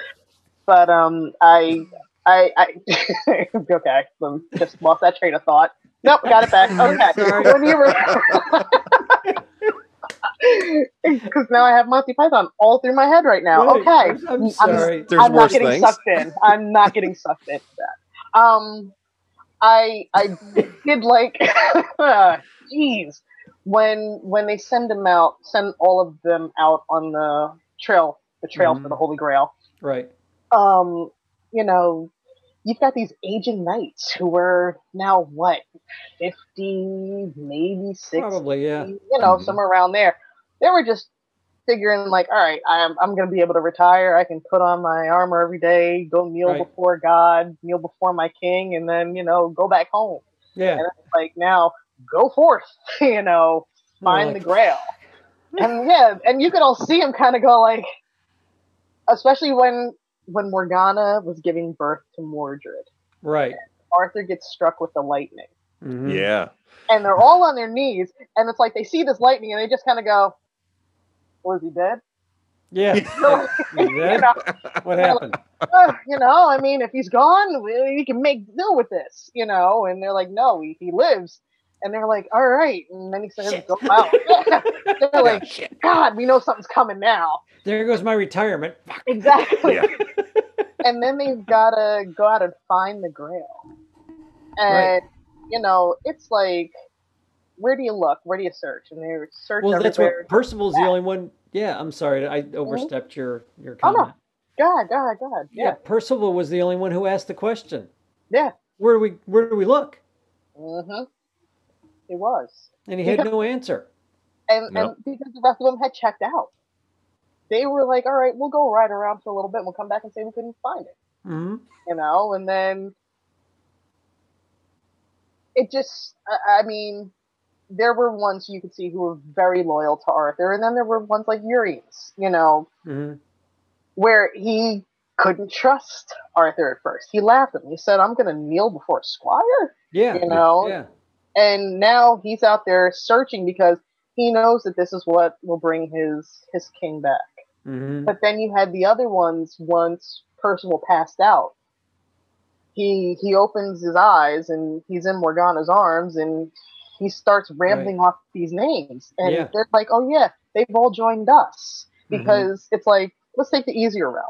C: But um, I, I, I okay, um, just lost that train of thought. Nope, got it back.
A: Sorry.
C: Okay, when you because now I have Monty Python all through my head right now.
A: Right,
C: Okay,
A: I'm- I'm sorry.
B: There's
C: I'm not
B: worse
C: getting
B: things.
C: sucked in. I'm not getting sucked into that. Um, I I did like, jeez, when when they send them out, send all of them out on the trail, the trail for
A: Mhm.
B: Mm-hmm.
C: the Holy Grail
A: Right.
C: um, you know, you've got these aging knights who are now what, fifty, maybe sixty,
A: Probably. Yeah. Mm-hmm.
C: you know,
B: Mhm.
C: somewhere around there. They were just figuring like, all right, I'm I'm gonna be able to retire. I can put on my armor every day, go kneel
A: Right.
C: before God, kneel before my king, and then you know, go back home.
A: Yeah.
C: Like now, go forth, you know,
A: More
C: find
A: like-
C: the grail. And yeah, and you could all see him kind of go like, especially when when Morgana was giving birth to Mordred.
A: Right.
C: Arthur gets struck with the lightning,
A: Mhm.
B: Yeah.
C: and they're all on their knees, and it's like they see this lightning, and they just kind of go, "Was he dead?"
A: Yeah.
C: So, you,
A: That-
C: know,
A: What happened?
C: uh, you know, I mean, if he's gone, we we can make do with this, you know. And they're like, "No, he, he lives." And they're like, "All right," and then he says,
A: Shit.
C: "Go out." they're like, "God, we know something's coming now."
A: There goes my retirement. Fuck.
C: Exactly.
B: Yeah.
C: and then they've got to go out and find the grail. And,
A: Right.
C: you know, it's like, where do you look? Where do you search? And they search
A: Well, that's
C: everywhere.
A: what Percival's the only one. Yeah. I'm sorry. I overstepped your your comment.
C: God, God, God.
A: Oh, Yeah.
C: Yeah.
A: Percival was the only one who asked the question.
C: Yeah.
A: Where do we Where do we look?
C: hmm It was.
A: And he had no answer.
C: And,
B: No.
C: and because the rest of them had checked out. They were like, all right, we'll go right around for a little bit and we'll come back and say we couldn't find it.
A: hmm
C: you know and then it just i, I mean there were ones you could see who were very loyal to arthur and then there were ones like urians you know
A: hmm
C: where he couldn't trust arthur at first he laughed at him he said i'm gonna kneel before a squire
A: Yeah.
C: you know
A: Yeah.
C: and now he's out there searching because he knows that this is what will bring his his king back.
A: Mm-hmm.
C: But then you had the other ones once Percival passed out. He he opens his eyes and he's in Morgana's arms and he starts rambling off these names. And
A: Yeah.
C: they're like, Oh yeah, they've all joined us. Because it's like, let's take the easier route.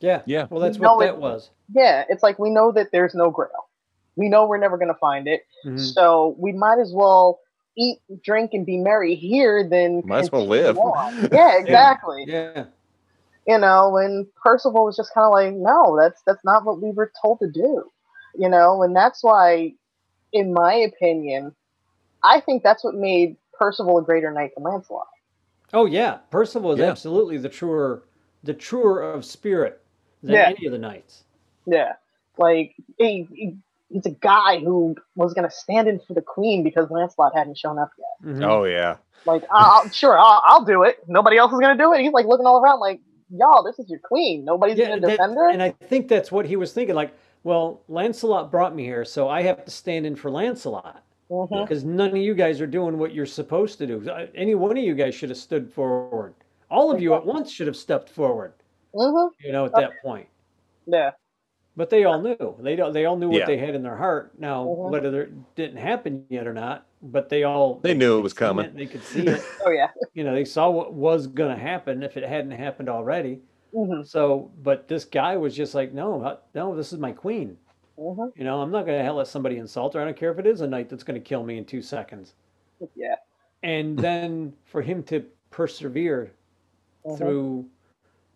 A: Yeah.
B: Yeah.
A: Well, that's
C: You know
A: what
C: it-
A: that was.
C: Yeah, it's like we know that there's no grail. We know we're never gonna find it.
B: Mm-hmm.
A: Mhm.
C: So we might as well eat, drink, and be merry here than
B: Might as well
C: continue
B: live.
C: on. Yeah, exactly.
A: Yeah.
C: You know, and Percival was just kind of like, no, that's that's not what we were told to do. You know, and that's why, in my opinion, I think that's what made Percival a greater knight than Lancelot.
A: Oh yeah, Percival is
B: Yeah.
A: absolutely the truer, the truer of spirit than
C: Yeah.
A: any of the knights.
C: Yeah, like he, he- he's a guy who was going to stand in for the queen because Lancelot hadn't shown up yet.
A: Mhm.
B: Oh yeah.
C: Like, I'll, sure, I'll, I'll do it. Nobody else is going to do it. He's like looking all around, like, y'all, this is your queen. Nobody's
A: yeah,
C: going to
A: that-
C: defend her.
A: and I think that's what he was thinking. Like, well, Lancelot brought me here, so I have to stand in for Lancelot
C: Mhm.
A: because none of you guys are doing what you're supposed to do. I- Any one of you guys should have stood forward. All of you at once should have stepped forward.
C: Mhm.
A: You know, at that point.
C: Yeah.
A: But they all knew. They don't. They all knew what
B: Yeah.
A: they had in their heart. Now,
C: Mhm.
A: whether it didn't happen yet or not, but they all
B: They knew it
A: could
B: was
A: see
B: coming.
A: They could see it.
C: Oh yeah.
A: you know, they saw what was going to happen if it hadn't happened already.
C: Mhm.
A: So, but this guy was just like, no, I- no, this is my queen.
C: Mhm.
A: You know, I'm not going to let somebody insult her. I don't care if it is a knight that's going to kill me in two seconds.
C: Yeah.
A: And then for him to persevere
C: Mhm.
A: through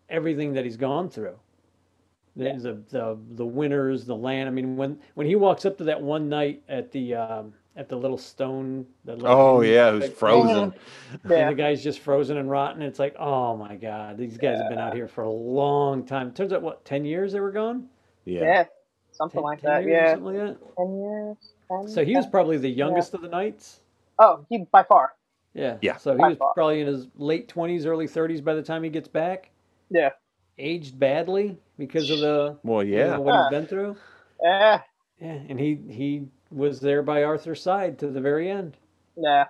A: everything that he's gone through. There's The, the the winners, the land. I mean, when when he walks up to that one night at the um, at the little stone. The little
B: Oh
A: hidden-
B: yeah. Who's
A: like,
B: frozen?
A: and
C: Yeah.
A: the guy's just frozen and rotten. It's like, oh my god, these guys have been out here for a long time. Turns out, what, ten years they were gone?
C: Yeah.
B: Yeah.
C: Something
A: 10
C: like
A: 10
C: that.
A: years or
C: Yeah.
A: something like
C: Ten years. 10,
A: that. So he was
C: 10.
A: probably the youngest of the knights.
C: Oh, he by far.
A: Yeah.
B: Yeah.
A: So he
C: By
A: was
C: far.
A: probably in his late twenties, early thirties by the time he gets back.
C: Yeah.
A: Aged badly because of the
B: Well,
A: you
B: yeah.
A: know, what he's
C: Huh.
A: been through.
C: Yeah.
A: Yeah, and he he was there by Arthur's side to the very end.
C: Nah.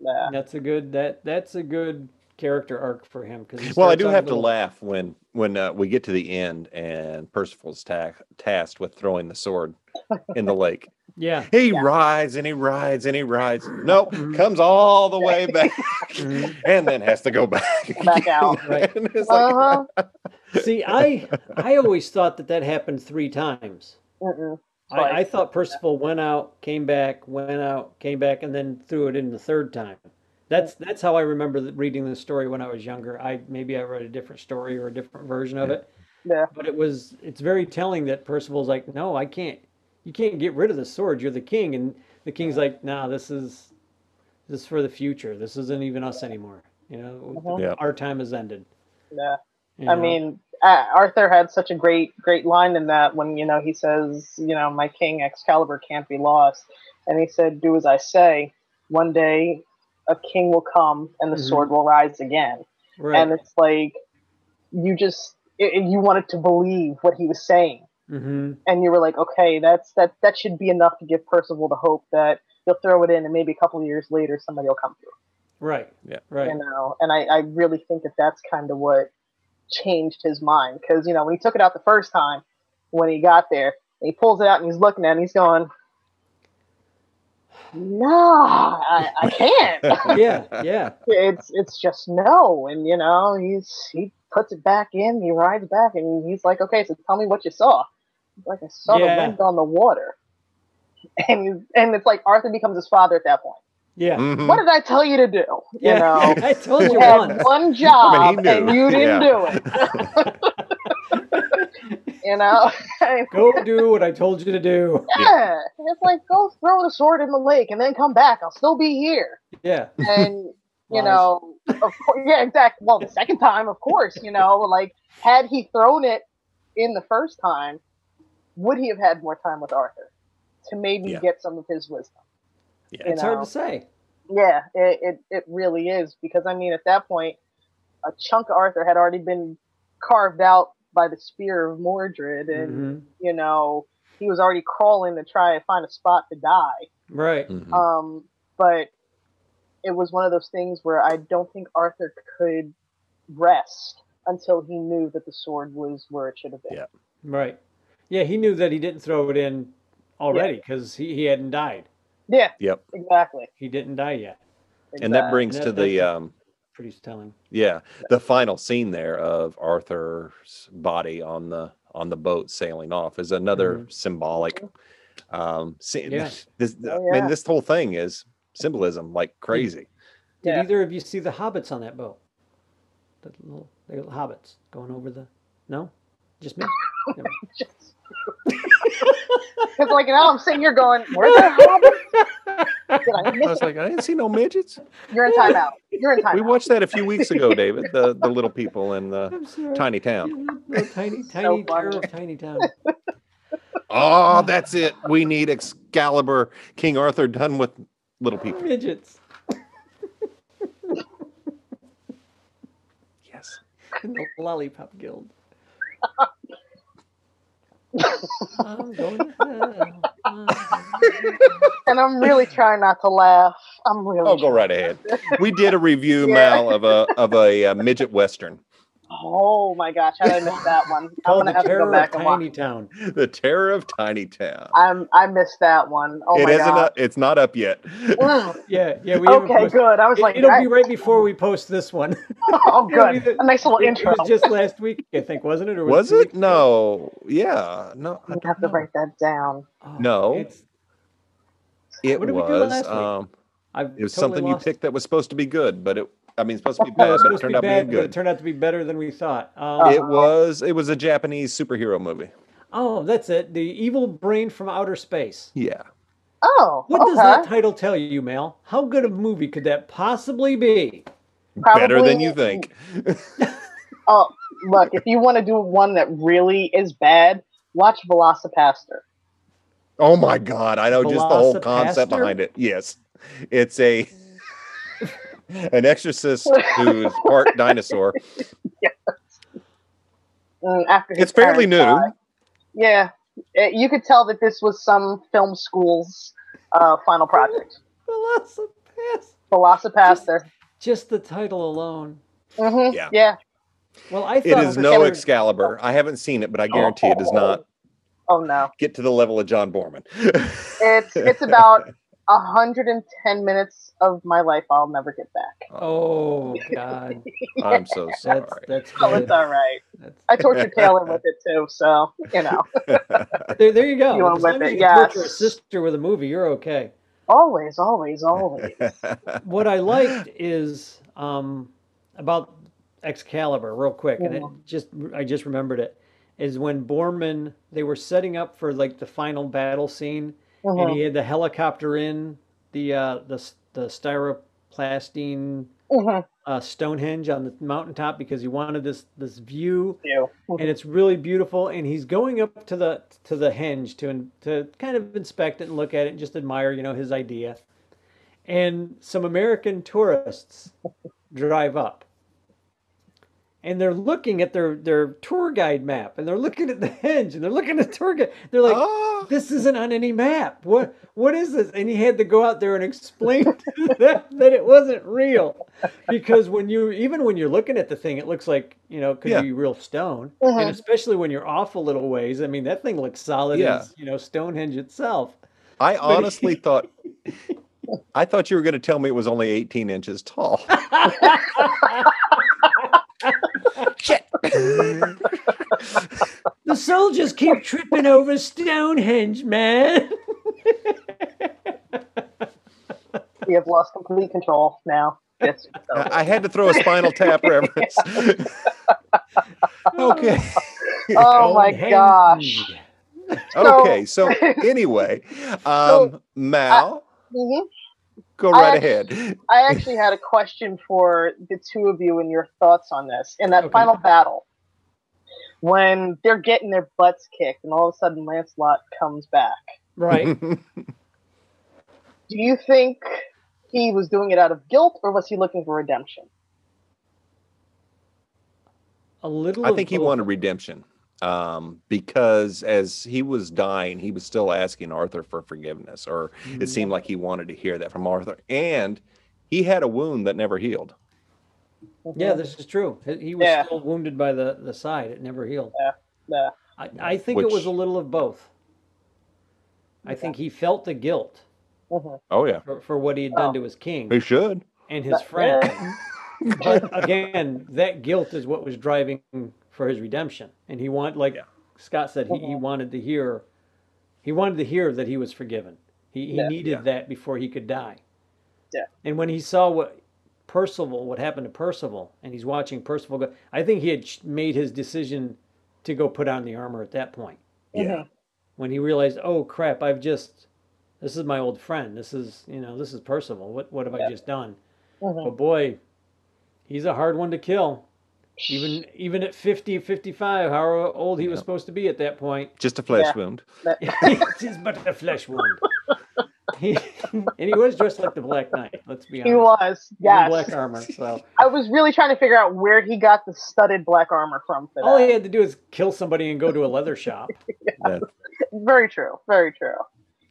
C: Nah.
A: And that's a good that that's a good character arc for him because
B: Well, I do have to laugh when when uh, we get to the end and Percival's ta- tasked with throwing the sword in the lake.
A: Yeah.
B: He
C: Yeah. Mm-hmm.
B: rides and he rides and he rides. Nope,
A: Mhm.
B: comes all the way back
A: Mhm.
B: and then has to go back.
C: Back out.
A: Right.
B: And it's like,
C: Uh huh.
A: See, I I always thought that that happened three times.
C: Mm-mm. Twice.
A: I, I thought Percival went out, came back, went out, came back, and then threw it in the third time. That's that's how I remember th- reading the story when I was younger. I maybe I read a different story or a different version of it,
C: Yeah.
A: but it was it's very telling that Percival's like, no, I can't. You can't get rid of the sword. You're the king, and the king's like, nah, this is this is for the future. This isn't even us anymore. You know,
C: Mhm.
B: Yeah.
A: our time has ended.
C: Nah.
A: you
C: I
A: know?
C: mean, uh, Arthur had such a great, great line in that when you know he says, you know, my king Excalibur can't be lost, and he said, "Do as I say." One day, a king will come, and the
A: Mhm.
C: sword will rise again.
A: right?
C: And it's like you just it, it- you wanted to believe what he was saying,
A: mm-hmm.
C: and you were like, okay, that's that that should be enough to give Percival the hope that he'll throw it in, and maybe a couple of years later somebody will come through
A: Right.
B: Yeah.
A: Right.
C: you know and i, I really think that that's kind of what changed his mind because you know when he took it out the first time when he got there and he pulls it out and he's looking at it and he's going no i, I can't
A: yeah. Yeah.
C: it's it's just no and you know he's he puts it back in he rides back and he's like okay so tell me what you saw He's like i saw the
A: Yeah.
C: wind on the water and he's, and it's like arthur becomes his father at that point
A: Yeah.
B: mhm.
C: what did i tell you to do you
A: Yeah,
C: know
A: I told you
C: you had
A: once.
C: one job
B: I mean, he knew.
C: and you didn't
B: Yeah.
C: do it. you know,
A: Go do what I told you to do.
C: yeah. It's like go throw the sword in the lake and then come back. I'll still be here.
A: Yeah.
C: And you
A: Lies.
C: know, of course, yeah, exactly. Well, the second time, of course, you know, like had he thrown it in the first time, would he have had more time with Arthur to maybe
B: Yeah.
C: get some of his wisdom?
B: Yeah.
C: you
A: It's hard
C: know?
A: to say.
C: Yeah, it, it, it really is because I mean at that point, a chunk of Arthur had already been carved out by the spear of Mordred, and
B: Mm-hmm.
A: Mhm.
C: you know he was
B: Mm-hmm.
C: already crawling to try and find a spot to die.
A: Right.
B: Mhm.
C: Um, but it was one of those things where I don't think Arthur could rest until he knew that the sword was where it should have been.
B: Yeah.
A: Right. Yeah, he knew that he didn't throw it in already because he, he hadn't died.
C: Yeah,
B: Yep.
C: exactly.
A: He didn't die yet.
B: And that
C: Exact-
B: brings
A: that-
B: to the
A: that's-
B: um,
A: Pretty telling.
B: yeah the final scene there of Arthur's body on the on the boat sailing off is another symbolic um scene.
A: Yeah.
B: This
C: Oh,
B: I mean
C: yeah.
B: this whole thing is symbolism like crazy.
A: Did
C: Yeah.
A: either of you see the hobbits on that boat? The little, the little hobbits going over the. No? Just me? Never mind.
C: Because like now I'm sitting here going, where the hell did I
B: I
C: miss
B: was
C: it?
B: like I didn't see no midgets.
C: You're in timeout. You're in timeout.
B: We watched that a few weeks ago, David, the the little people in the
A: I'm sorry.
B: tiny town.
A: Little tiny,
C: So
A: tiny, terror
C: funny.
A: of tiny town.
B: Oh, that's it. We need Excalibur, King Arthur done with little people.
A: Midgets.
B: Yes.
A: in the Lollipop Guild. I'm going to hell.
C: and I'm really trying not to laugh. I'm really.
B: Oh, go right ahead. We did a review, Mal, of a of a uh, midget western.
C: Oh my gosh, how did I miss that one? I'm
A: Called
C: gonna
A: the
C: have to go
A: Terror of
C: back and watch.
A: Tiny Town.
B: The Terror of Tiny Town.
C: I'm I missed that one. Oh
B: it
C: my
B: isn't.
C: god.
B: Up, it's not up yet.
C: Mm,
A: Yeah, yeah. We haven't
C: okay,
A: posted-
C: good. I was
A: It,
C: like,
A: it'll
C: I-
A: be right before we post this one.
C: oh,
A: it'll be
C: good.
A: the-
C: A nice little
A: it,
C: intro.
A: was just last week, I think, wasn't it? Or
B: Was
A: two
B: it?
A: weeks ago?
B: No. Yeah. No. I
C: I'm gonna
B: don't
C: have to
B: know.
C: write that down.
A: Oh,
B: No.
A: it's-
B: It
A: What did we do
B: was.
A: last week?
B: Um,
A: I've
B: it was
A: totally
B: something
A: lost.
B: you picked that was supposed to be good, but it. I mean, it's supposed to be
A: No, it
B: bad,
A: was
B: but it
A: supposed to
B: turned
A: be
B: out being
A: bad, but it
B: good.
A: turned out to be better than we thought. Um,
B: it was. It was a Japanese superhero movie.
A: oh, that's it. The Evil Brain from Outer Space.
B: Yeah.
C: Oh,
A: What
C: okay.
A: does that title tell you, Mal? How good a movie could that possibly be?
B: Better than you
C: Probably-
B: think.
C: Oh, look, if you want to do one that really is bad, watch Velocipaster.
B: Oh my God! I know just the whole concept
A: Velocipaster?
B: behind it. Yes, it's a an exorcist who's part dinosaur.
C: Mm, after his
B: It's fairly new.
C: parents died. Yeah, Eh, you could tell that this was some film school's uh, final project.
A: Velocipass.
C: Velocipaster.
A: Just the title alone.
C: hmm
B: Yeah.
C: Yeah.
A: Well, I
B: It
A: thought
B: is
A: for
B: no
A: sure-
B: Excalibur. I haven't seen it, but I guarantee it does not
C: Oh no,
B: get to the level of John Borman.
C: it's it's about 110 minutes of my life I'll never get back.
A: Oh God,
B: I'm so sorry.
A: that's that's
C: Oh, it's
A: good.
C: all right.
A: That's-
C: I tortured Taylor with it too, so you know,
A: there, there you go.
C: You went
A: as long
C: with
A: as you
C: it,
A: can torture a
C: yes.
A: sister with a movie, you're okay.
C: always, always, always.
A: What I liked is um, about Excalibur, real quick, and it
C: Yeah.
A: just I just remembered it is when Borman they were setting up for like the final battle scene, and
C: Mhm,
A: he had the helicopter in the uh, the s- the styroplastine
C: mhm,
A: uh, Stonehenge on the mountaintop because he wanted this this view,
C: you. Mhm.
A: and it's really beautiful. And he's going up to the to the henge to to kind of inspect it and look at it and just admire, you know, his idea. And some American tourists drive up, and they're looking at their their tour guide map, and they're looking at the henge, and they're looking at the tour guide. They're like,
B: Ah,
A: this isn't on any map. What what is this? And he had to go out there and explain to them that it wasn't real. Because when you even when you're looking at the thing, it looks like, you know, it could
B: Yeah.
A: be real stone.
C: Mhm.
A: And especially when you're off a little ways, I mean that thing looks solid
B: Yeah.
A: as, you know, Stonehenge itself.
B: I honestly thought I thought you were going to tell me it was only 18 inches tall. Shit.
A: The soldiers keep tripping over Stonehenge, man.
C: We have lost complete control now. Yes.
B: I I had to throw a Spinal Tap reference. okay.
C: Oh my gosh.
A: Stonehenge.
C: So-
B: Okay. So anyway, um, Mal,
C: hmm
B: go
C: I
B: right
C: actually-
B: ahead.
C: I actually had a question for the two of you and your thoughts on this. In that
A: Okay.
C: final battle, when they're getting their butts kicked, and all of a sudden Lancelot comes back,
A: Right.
C: do you think he was doing it out of guilt, or was he looking for redemption?
A: A little
B: I
A: of
B: think he
A: both.
B: wanted redemption um, because as he was dying, he was still asking Arthur for forgiveness, or it seemed like he wanted to hear that from Arthur. And he had a wound that never healed.
A: Yeah,
C: Mm-hmm.
A: this is true. He he was
C: Yeah.
A: still wounded by the, the side. It never healed.
C: Yeah.
A: I, I think it
B: Which-
A: was a little of both. I think he felt the guilt
C: Mhm.
B: Oh yeah,
A: for, for what he had done
C: Oh.
A: to his
B: he
A: king
B: should.
A: and his friend. But again, that guilt is what was driving for his redemption. And he want like Scott said, he, he
C: Mhm.
A: wanted to hear he wanted to hear that he was forgiven. He he
C: Yeah.
A: needed
B: Yeah.
A: that before he could die.
C: Yeah.
A: And when he saw what Percival, what happened to Percival, and he's watching Percival go, I think he had ch- made his decision to go put on the armor at that point
B: Yeah,
C: Mm-hmm.
A: when he realized, oh crap, I've just this is my old friend. This is you know this is Percival. What what have I just done?
C: Mhm.
A: But boy, he's a hard one to kill. Even even at 50, 55, how old he was
B: Yeah.
A: supposed to be at that point,
B: just a flesh
C: Yeah.
B: wound.
A: it's just but a flesh wound. He, and he was dressed like the Black Knight. Let's be honest.
C: He was,
A: He was in
C: yes.
A: black armor. So
C: I was really trying to figure out where he got the studded black armor from. For
A: all
C: that.
A: he had to do is kill somebody and go to a leather shop.
B: That-
C: Very true. Very true.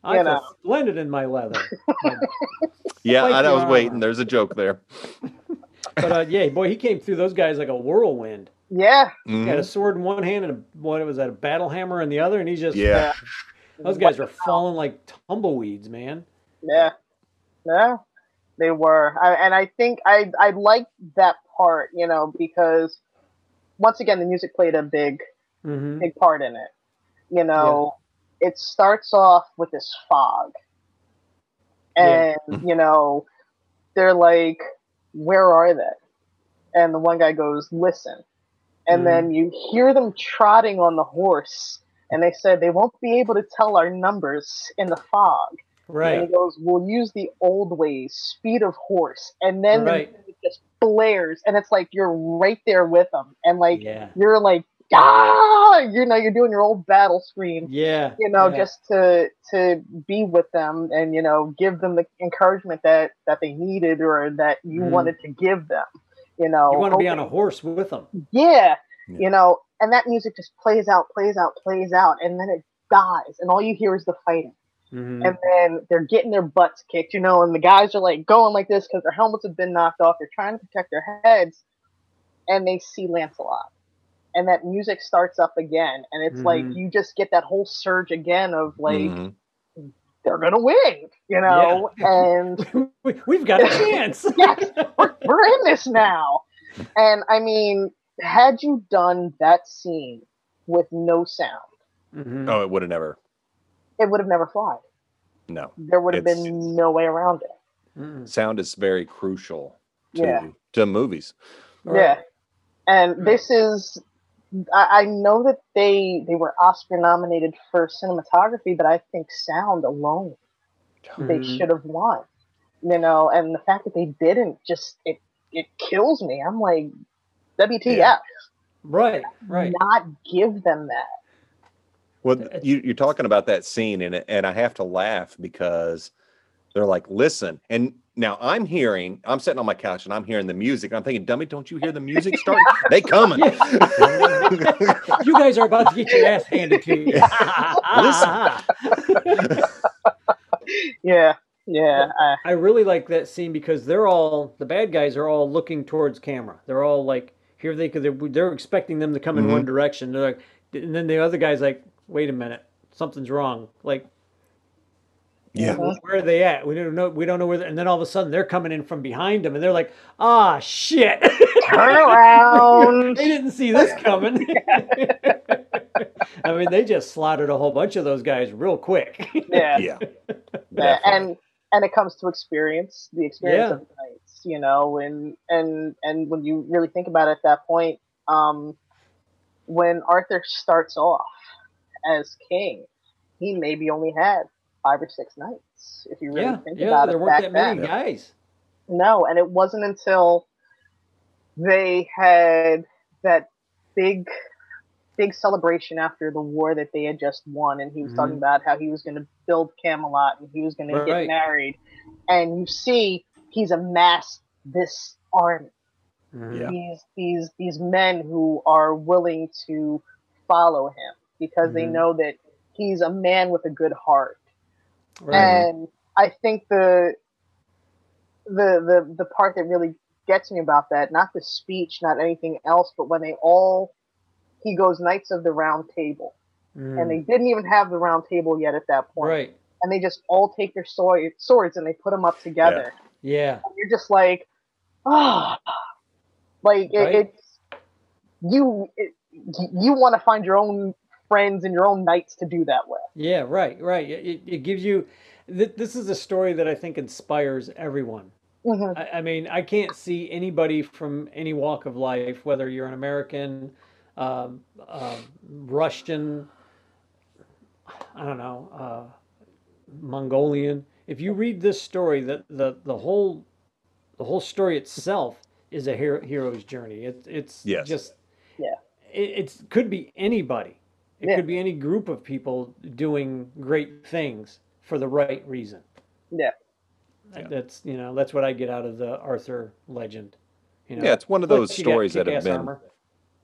A: I
C: You
A: feel
C: know.
A: splendid in my leather.
B: yeah,
A: Like
B: I, I
A: the
B: was waiting.
A: armor.
B: There's a joke there.
A: But uh, yeah, boy, he came through those guys like a whirlwind.
C: Yeah.
A: He
B: Mm-hmm.
A: had a sword in one hand and a, what was that, a battle hammer in the other, and he's just
B: Yeah.
A: Those guys were falling like tumbleweeds, man.
C: Yeah. Yeah. They were. I, and I think I I liked that part, you know, because once again the music played a big
A: Mm-hmm.
C: big part in it. You know, it starts off with this fog.
A: Yeah.
C: And, you know, they're like, where are they? And the one guy goes, listen. And
A: Mhm.
C: then you hear them trotting on the horse. And they said, they won't be able to tell our numbers in the fog. And
A: Right.
C: he goes, we'll use the old ways, speed of horse. And then the
A: Right.
C: music just blares. And it's like, you're right there with them. And like,
A: Yeah.
C: you're like ah you know you're doing your old battle scream
A: Yeah.
C: you know
A: yeah.
C: just to to be with them and you know give them the encouragement that that they needed or that you
A: Mhm.
C: wanted to give them you know
A: you want to be on a
C: hoping-
A: horse with them.
C: yeah,
B: Yeah.
C: you know and that music just plays out plays out plays out and then it dies and all you hear is the fighting
A: Mhm.
C: and then they're getting their butts kicked, you know, and the guys are like going like this because their helmets have been knocked off. They're trying to protect their heads, and they see Lancelot, and that music starts up again, and it's
A: Mhm.
C: like you just get that whole surge again of like
B: Mhm.
C: they're gonna win, you know, and
A: We, we've got a chance.
C: yes, we're, we're in this now. And I mean, had you done that scene with no sound,
A: Mhm.
B: Oh, it would have never.
C: it would have never fly.
B: No,
C: There would have
B: It's-
C: been no way around it.
A: Mhm.
B: sound is very crucial to
C: Yeah.
B: to movies.
A: Right.
C: Yeah. And
A: Right.
C: this is I, I know that they they were Oscar nominated for cinematography, but I think sound alone they
A: Mhm.
C: should have won. You know, and the fact that they didn't just it it kills me. I'm like WTF.
B: Yeah.
A: Right. Right.
C: Not give them that.
B: Well,
A: It's-
B: you, you're talking about that scene, and and I have to laugh because they're like, "Listen," and now I'm hearing, I'm sitting on my couch, and I'm hearing the music. I'm thinking, "Dummy, don't you hear the music starting? they coming."
A: You guys are about to get your ass handed to you.
C: Yeah. Yeah. I,
A: I really like that scene because they're all the bad guys are all looking towards camera. They're all like here they could they're, they're expecting them to come in
B: Mhm.
A: one direction. They're like, and then the other guy's like, wait a minute, something's wrong. Like
B: yeah,
A: wh- where are they at? We don't know. We don't know where. They're, and then all of a sudden they're coming in from behind them, and they're like, ah shit.
C: Uh, turn around.
A: They didn't see this coming. I mean, they just slaughtered a whole bunch of those guys real quick.
B: yeah,
C: yeah. Yeah,
B: definitely.
C: and and it comes to experience the experience
A: Yeah.
C: of the nights you know and and and when you really think about it at that point um when arthur starts off as king he maybe only had five or six nights if you really
A: yeah,
C: think
A: yeah.
C: about
A: There
C: it
A: weren't
C: back
A: that
C: then
A: many
B: then.
A: guys.
C: no and it wasn't until they had that big big celebration after the war that they had just won and he was talking
A: Mhm.
C: about how he was going to build camelot and he was going to
A: Right.
C: get married and you see he's amassed this army
A: Mm-hmm.
B: Yeah.
C: these these these men who are willing to follow him because they
A: Mhm.
C: know that he's a man with a good heart
A: Right.
C: and I think the the the the part that really gets me about that. Not the speech, not anything else, but when they all he goes Knights of the Round Table,
A: Mm,
C: and they didn't even have the Round Table yet at that point.
A: right.
C: And they just all take their sword, swords and they put them up together.
A: Yeah.
C: And you're just like, ah, like it,
A: Right.
C: it's you. It, you want to find your own friends and your own knights to do that with.
A: Yeah, right, right. It, it- it gives you. Th- this is a story that I think inspires everyone.
C: Mhm.
A: I, I mean, I can't see anybody from any walk of life, whether you're an American, um, um Russian, I don't know, uh, Mongolian. If you read this story, the, the, the whole the whole story itself is a hero, hero's journey. It, it's
B: Yes.
A: just
C: Yeah.
A: It it's, could be anybody. It
C: Yeah.
A: could be any group of people doing great things for the right reason.
C: Yeah.
B: Yeah.
A: That's you know that's what I get out of the Arthur legend. You know,
B: Yeah, it's one of
A: Plus
B: those
A: you got
B: stories that have
A: kick-ass
B: been
A: armor.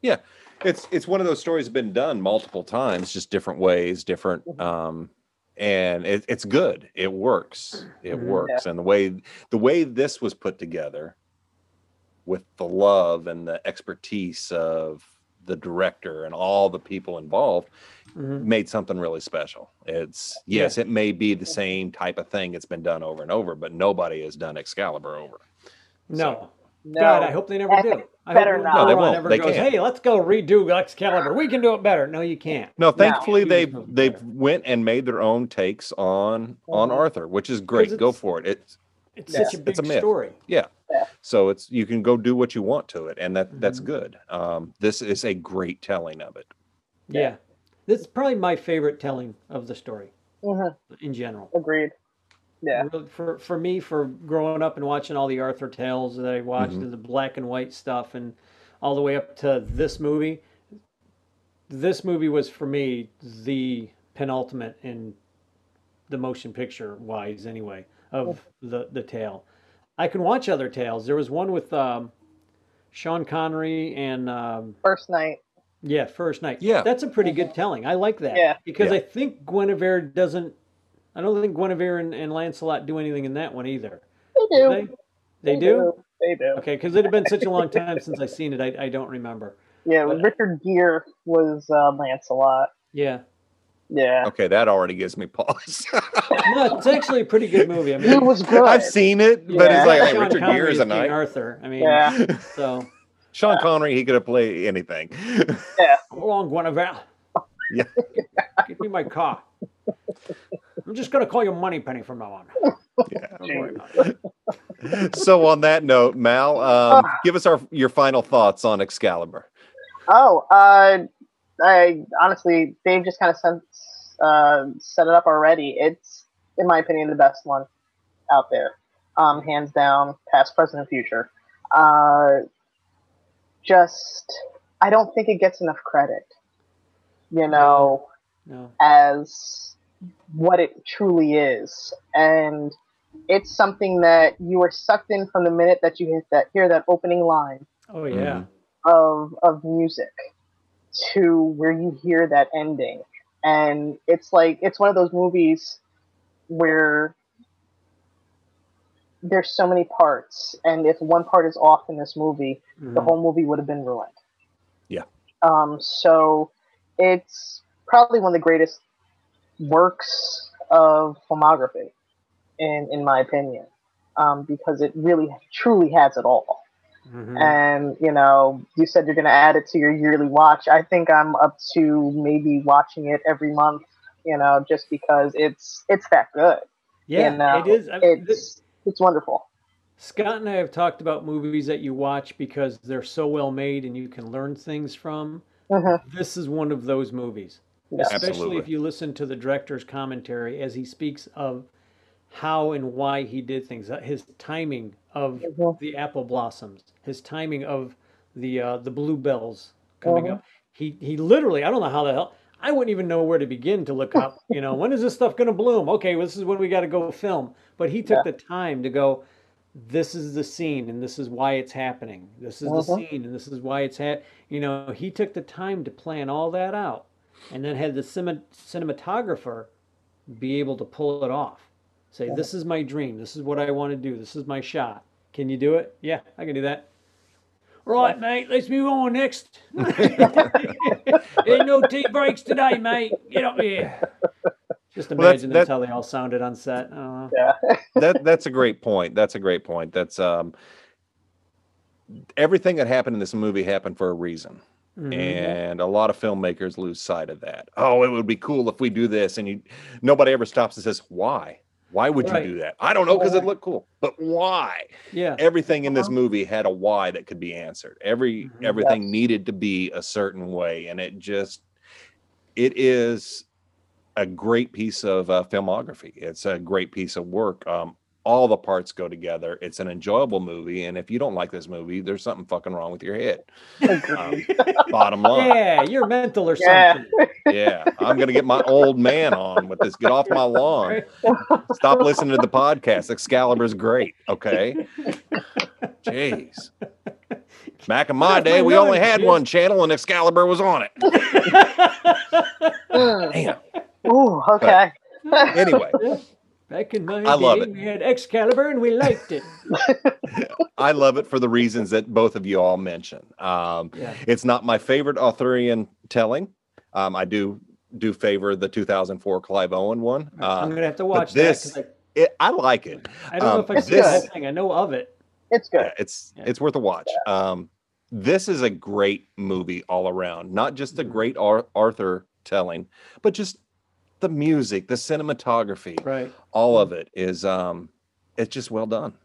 B: Yeah, it's it's one of those stories that's been done multiple times, just different ways, different.
A: Mm-hmm.
C: Mhm.
B: Um, and it, it's good. It works. It
A: Mhm.
B: works. And the way the way this was put together, with the love and the expertise of the director and all the people involved,
A: Mhm.
B: made something really special. It's
A: Yeah.
B: yes, it may be the same type of thing that's been done over and over, but nobody has done Excalibur over.
A: No,
C: No.
A: God, I hope they never
C: I
A: do.
C: think
A: I
C: better
A: hope
C: not. No,
B: they
A: Ron
B: won't.
A: ever
B: They
A: goes,
B: can't.
A: Hey, let's go redo Excalibur. We can do it better. No, you can't.
B: No, thankfully
A: You
B: they
A: just know
B: they
A: better.
B: went and made their own takes on on
C: Mhm.
B: Arthur, which is great. Go
A: it's-
B: for it. It's
A: It's
C: Yeah.
A: such a
B: It's
A: big
B: a myth.
A: story.
B: yeah.
C: Yeah.
B: So it's you can go do what you want to it, and that that's
C: Mm-hmm.
A: Mhm.
B: good. Um, this is a great telling of it.
A: Yeah. This is probably my favorite telling of the story
C: Mhm.
A: in general.
C: Agreed. Yeah.
A: Really, for for me, for growing up and watching all the Arthur tales that I watched,
B: Mhm.
A: and the black and white stuff, and all the way up to this movie, this movie was for me the penultimate in the motion picture wise, anyway, of the the tale. I can watch other tales. There was one with um, Sean Connery and um,
C: First night.
A: yeah, first night.
B: Yeah.
A: that's a pretty good telling. I like that.
C: Yeah.
A: because
B: Yeah.
A: I think Guinevere doesn't. I don't think Guinevere and, and Lancelot do anything in that one either. Do
C: They do.
A: They, they do.
C: They do.
A: Okay, because it had been such a long time since I seen it, I, I don't remember.
C: Yeah,
A: But-
C: Richard Gere was uh, Lancelot.
A: Yeah,
C: Yeah,
B: Okay, that already gives me pause.
A: no, it's actually a pretty good movie. I
C: he
A: mean,
C: was good.
B: I've seen it, but
C: Yeah.
B: it's like hey,
A: Sean
B: Richard
A: Connery
B: Gere is
A: as
B: a
A: King
B: knight.
A: Arthur. I mean,
C: Yeah,
A: so
B: Sean Connery, he could have played anything.
A: come along, Guinevere.
B: Yeah.
A: give me my car. I'm just gonna call you Money Penny from now on.
B: yeah.
A: Don't worry about it.
B: So on that note, Mal, um,
C: Ah.
B: give us our your final thoughts on Excalibur.
C: Oh, uh, I honestly, Dave just kind of sent, uh, set it up already. It's, in my opinion, the best one out there, um, hands down, past, present, and future. Uh, just, I don't think it gets enough credit, you know,
A: No.
C: as what it truly is, and it's something that you are sucked in from the minute that you hit that hear that opening line
A: Oh yeah.
C: of of music to where you hear that ending and it's like it's one of those movies where there's so many parts and if one part is off in this movie the
B: Mm-hmm.
A: Mhm.
C: whole movie would have been ruined
B: Yeah.
C: um so it's probably one of the greatest works of filmography in in my opinion um because it really truly has it all
A: Mhm.
C: and you know you said you're going to add it to your yearly watch i think i'm up to maybe watching it every month you know just because it's it's that good
A: Yeah,
C: you know,
A: it is. I mean, th-
C: it's it's wonderful
A: Scott and I have talked about movies that you watch because they're so well made and you can learn things from.
C: hmm
A: This is one of those movies,
C: Yeah.
A: especially
B: Absolutely.
A: if you listen to the director's commentary as he speaks of how and why he did things, uh, his timing of
C: Mhm.
A: the apple blossoms, his timing of the uh, the bluebells coming
C: Mhm.
A: up. He he literally, I don't know how the hell. I wouldn't even know where to begin to look up. You know, when is this stuff going to bloom? Okay, well, this is when we got to go film. But he took the time to go this is the scene and this is why it's happening. This is the
C: Mhm.
A: scene and this is why it's ha- you know, he took the time to plan all that out and then had the cine- cinematographer be able to pull it off. Say, this is my dream. This is what I want to do. This is my shot. Can you do it? Yeah, I can do that. Right, mate. Let's move on next. Ain't no tea breaks today, mate. Get up here. Just
B: Well, that's-
A: imagine that's,
B: that-
A: how they all sounded on set. Uh-huh. I don't know.
C: Yeah.
B: that that's a great point. That's a great point. That's um everything that happened in this movie happened for a reason.
A: Mhm.
B: And a lot of filmmakers lose sight of that. Oh, it would be cool if we do this and you nobody ever stops and says why? Why would
A: Right.
B: you do that? I don't know because it
C: Right.
B: looked cool. But why?
A: Yeah.
B: Everything in this
C: Uh-huh.
B: movie had a why that could be answered. Every
A: Mhm.
B: everything
C: Yes.
B: needed to be a certain way and it just it is a great piece of uh, filmography. It's a great piece of work. Um, all the parts go together. It's an enjoyable movie, and if you don't like this movie, there's something fucking wrong with your head. Um, bottom line,
A: Yeah, you're mental or
C: Yeah.
A: something.
B: yeah. I'm gonna get my old man on with this. Get off my lawn.
A: Right?
B: Stop listening to the podcast. Excalibur's great. Okay. Jeez. Back in my
A: That's my
B: day, we only
A: nose,
B: had
A: dude.
B: one channel, and Excalibur was on it.
C: Mm.
B: Damn.
C: Ooh, okay.
B: Anyway,
A: Back in my
B: I love
A: day,
B: it.
A: we had Excalibur and we liked it.
B: I love it for the reasons that both of you all mentioned. Um,
A: Yeah.
B: It's not my favorite Arthurian telling. Um, I do do favor the 2004 Clive Owen one.
A: I'm
B: Uh,
A: gonna have to watch
B: this-
A: that. 'cause
B: it, I like it.
A: I, I don't
B: um,
A: know if I've seen
C: this-
A: that thing. I know of it.
C: It's good.
B: Yeah, it's
A: Yeah.
B: it's worth a watch. Um, this is a great movie all around. Not just the
A: Mhm.
B: great Ar- Arthur telling, but just the music, the cinematography,
A: Right. Mm-hmm.
B: all of it is um, it's just well done.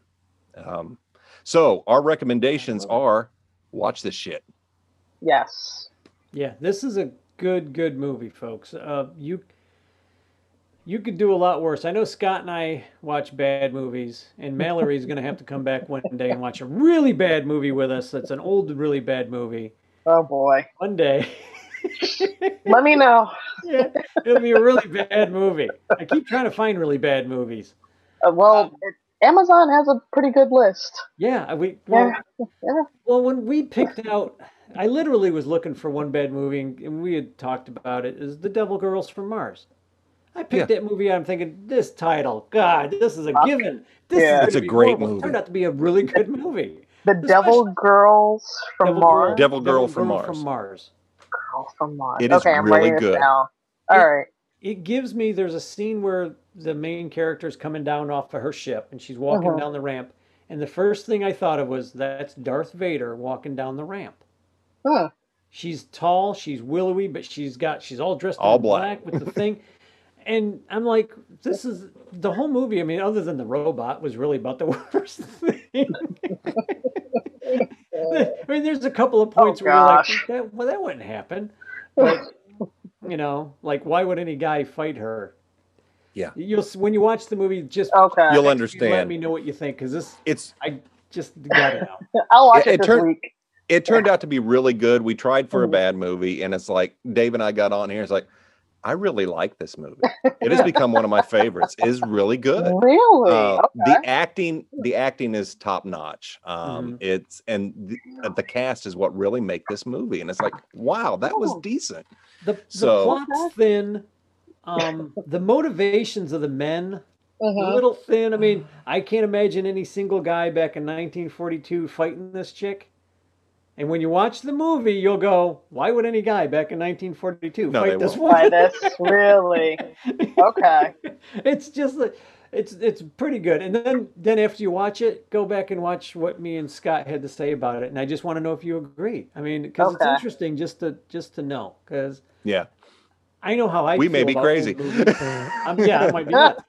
B: Um, so our recommendations
A: I love
B: are watch this shit.
C: Yes.
A: Yeah, this is a good, good movie, folks. Uh, you you could do a lot worse. I know Scott and I watch bad movies, and Mallory's gonna have to come back one day and watch a really bad movie with us. That's an old, really bad movie.
C: Oh boy.
A: One day,
C: Let me know.
A: yeah, it'll be a really bad movie. I keep trying to find really bad movies.
C: Uh, well,
A: Um,
C: Amazon has a pretty good list.
A: Yeah, we well,
C: Yeah. Yeah.
A: Well, when we picked out, I literally was looking for one bad movie, and, and we had talked about it. Is The Devil Girls from Mars? I picked that movie. out, I'm thinking this title. God, this is a given. This
C: Yeah.
A: is
B: That's
A: gonna
B: a
A: be
B: great
A: horrible.
B: movie.
A: It turned out to be a really good movie.
C: The Devil Girls from
A: Devil
C: Mars.
A: Girl,
B: Devil Girl from Mars.
A: From Mars.
C: Girl from Mars.
B: It is
C: okay, I'm
B: really
C: writing
B: good.
C: this down.
A: It-
C: All right.
A: It gives me. There's a scene where the main character's coming down off of her ship, and she's walking
C: Mhm.
A: down the ramp. And the first thing I thought of was that's Darth Vader walking down the ramp.
C: Hmm.
A: She's tall, she's willowy, but she's got she's all dressed
B: All
A: all in black. with the thing. And I'm like, this is the whole movie. I mean, other than the robot, was really about the worst thing. I mean, there's a couple of
B: Oh,
A: points where
C: gosh.
A: you're like, that, well, that wouldn't happen. But you know, like, why would any guy fight her?
B: Yeah.
A: you'll s- when you watch the movie, just
C: Okay.
B: You'll
A: let
B: understand.
A: me know what you think because this
B: It's
A: I just got it out.
C: I'll watch
B: Yeah,
C: it,
B: it
C: this
B: turned-
C: week.
B: it turned out to be really good. We tried for a
A: Mm-hmm.
C: Mhm.
B: bad movie, and it's like Dave and I got on here. It's like I really like this movie. It has become one of my favorites. Is really good.
C: Really?
B: Uh,
C: okay.
B: The acting, the acting is top notch.
A: Mm-hmm.
B: Um, It's and the, uh, the cast is what really make this movie. And it's like, wow, that was
C: Oh.
B: decent.
A: The, the
B: So-
A: plot's thin. Um, the motivations of the men a
C: Mhm.
A: little thin. I mean, I can't imagine any single guy back in 1942 fighting this chick. And when you watch the movie, you'll go, "Why would any guy back in 1942
B: No, they
A: fight this
B: won't.
A: woman?"
C: Why this? Really? Okay.
A: it's just that- it's it's pretty good. And then then after you watch it, go back and watch what me and Scott had to say about it. And I just want to know if you agree. I mean, because
C: Okay.
A: it's interesting just to just to know because
B: Yeah,
A: I know how I
B: We
A: feel
B: may be
A: about
B: crazy.
A: old movies. Um, yeah, I might be. nuts.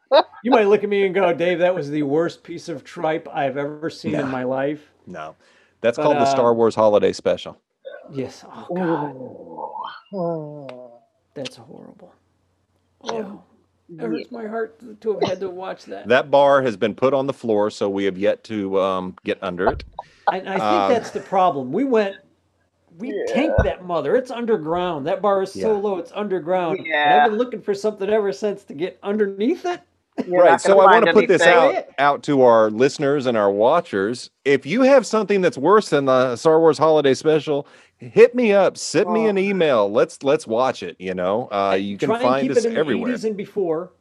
A: You might look at me and go, "Dave, that was the worst piece of tripe I've ever seen
B: Nah.
A: in my life."
B: no, that's
A: But,
B: called the Star
A: um,
B: Wars Holiday Special.
A: Yes. Oh
C: Hmm.
A: God,
C: Ooh. Mm.
A: that's horrible.
B: Yeah.
A: Oh, it hurts my heart to- to have had to watch that.
B: That bar has been put on the floor, so we have yet to um, get under it.
A: And I think
B: Um,
A: that's the problem. We went, we
C: Yeah.
A: tanked that mother. It's underground. That bar is so
B: Yeah.
A: low, it's underground. And
C: Yeah.
A: I've been looking for something ever since to get underneath it.
C: You're
B: right.
C: not
B: So
C: gonna
B: I want to
C: find
B: put this
C: anything.
B: out out to our listeners and our watchers. If you have something that's worse than the Star Wars Holiday Special, hit me up. Send me
C: Oh.
B: an email. Let's let's watch it. You know, uh, you can
A: Try and
B: find
A: keep
B: us
A: it in
B: everywhere.
A: the 80s and before.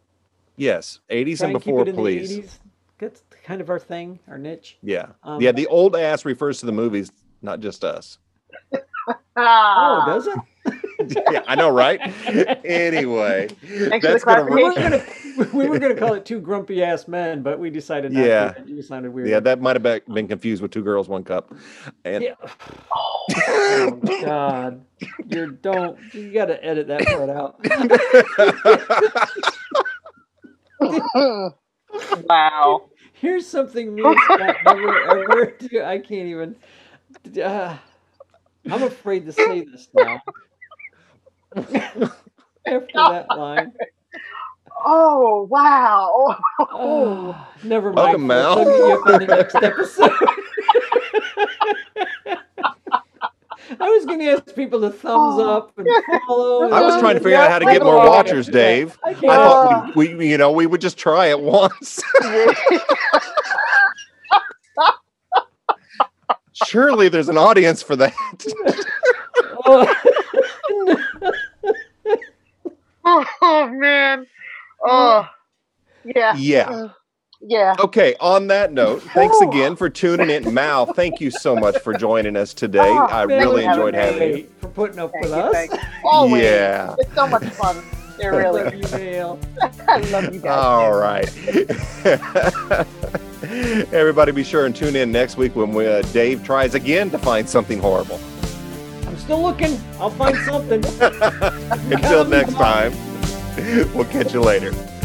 B: Yes, 80s
A: Try
B: and
A: and keep
B: before,
A: it in
B: please.
A: the 80s. That's kind of our thing, our niche.
B: Yeah.
A: Um,
B: yeah, the old ass refers to the movies, not just us.
A: Oh,
C: Ah,
B: Oh,
A: does it?
B: yeah, I know, right? anyway,
C: Thanks for
B: gonna
C: the
A: We were
B: ruin-
A: gonna we were gonna call it two grumpy ass men, but we decided not
B: Yeah.
A: to. You sounded weird.
B: Yeah, that might have be- been confused with two girls, one cup. And
A: Yeah. Oh, God, you don't. You gotta edit that part out.
C: Hmm. wow.
A: Here's something me and Scott never ever do. I can't even. Uh, I'm afraid to say this now. After that line,
C: Oh, wow.
A: oh, never mind.
B: Welcome, Mal.
A: I'll you up on the next episode. I was going to ask people to thumbs up and follow.
B: I was
A: and-
B: trying to figure out how to get more watchers, Dave.
A: I
B: I
A: can't.
B: thought we, we, you know, we would just try it once. Surely there's an audience for that.
C: oh, man. Oh, yeah.
B: yeah.
C: Mm, Yeah.
B: Okay, on that note, thanks again for tuning in. Mal, thank you so much for joining us today.
C: Oh,
B: I
C: thank
B: really
C: you for
B: enjoyed
C: having
B: having you.
A: you. For putting up
C: Thank
A: with
C: you,
A: us.
C: thank you. Always.
B: Yeah.
C: It's so much fun. It really
A: Love you, Mal.
C: I love you guys.
B: All right. Everybody be sure and tune in next week when we, uh, Dave tries again to find something horrible.
A: I'm still looking. I'll find something.
B: Until next time, we'll catch you later.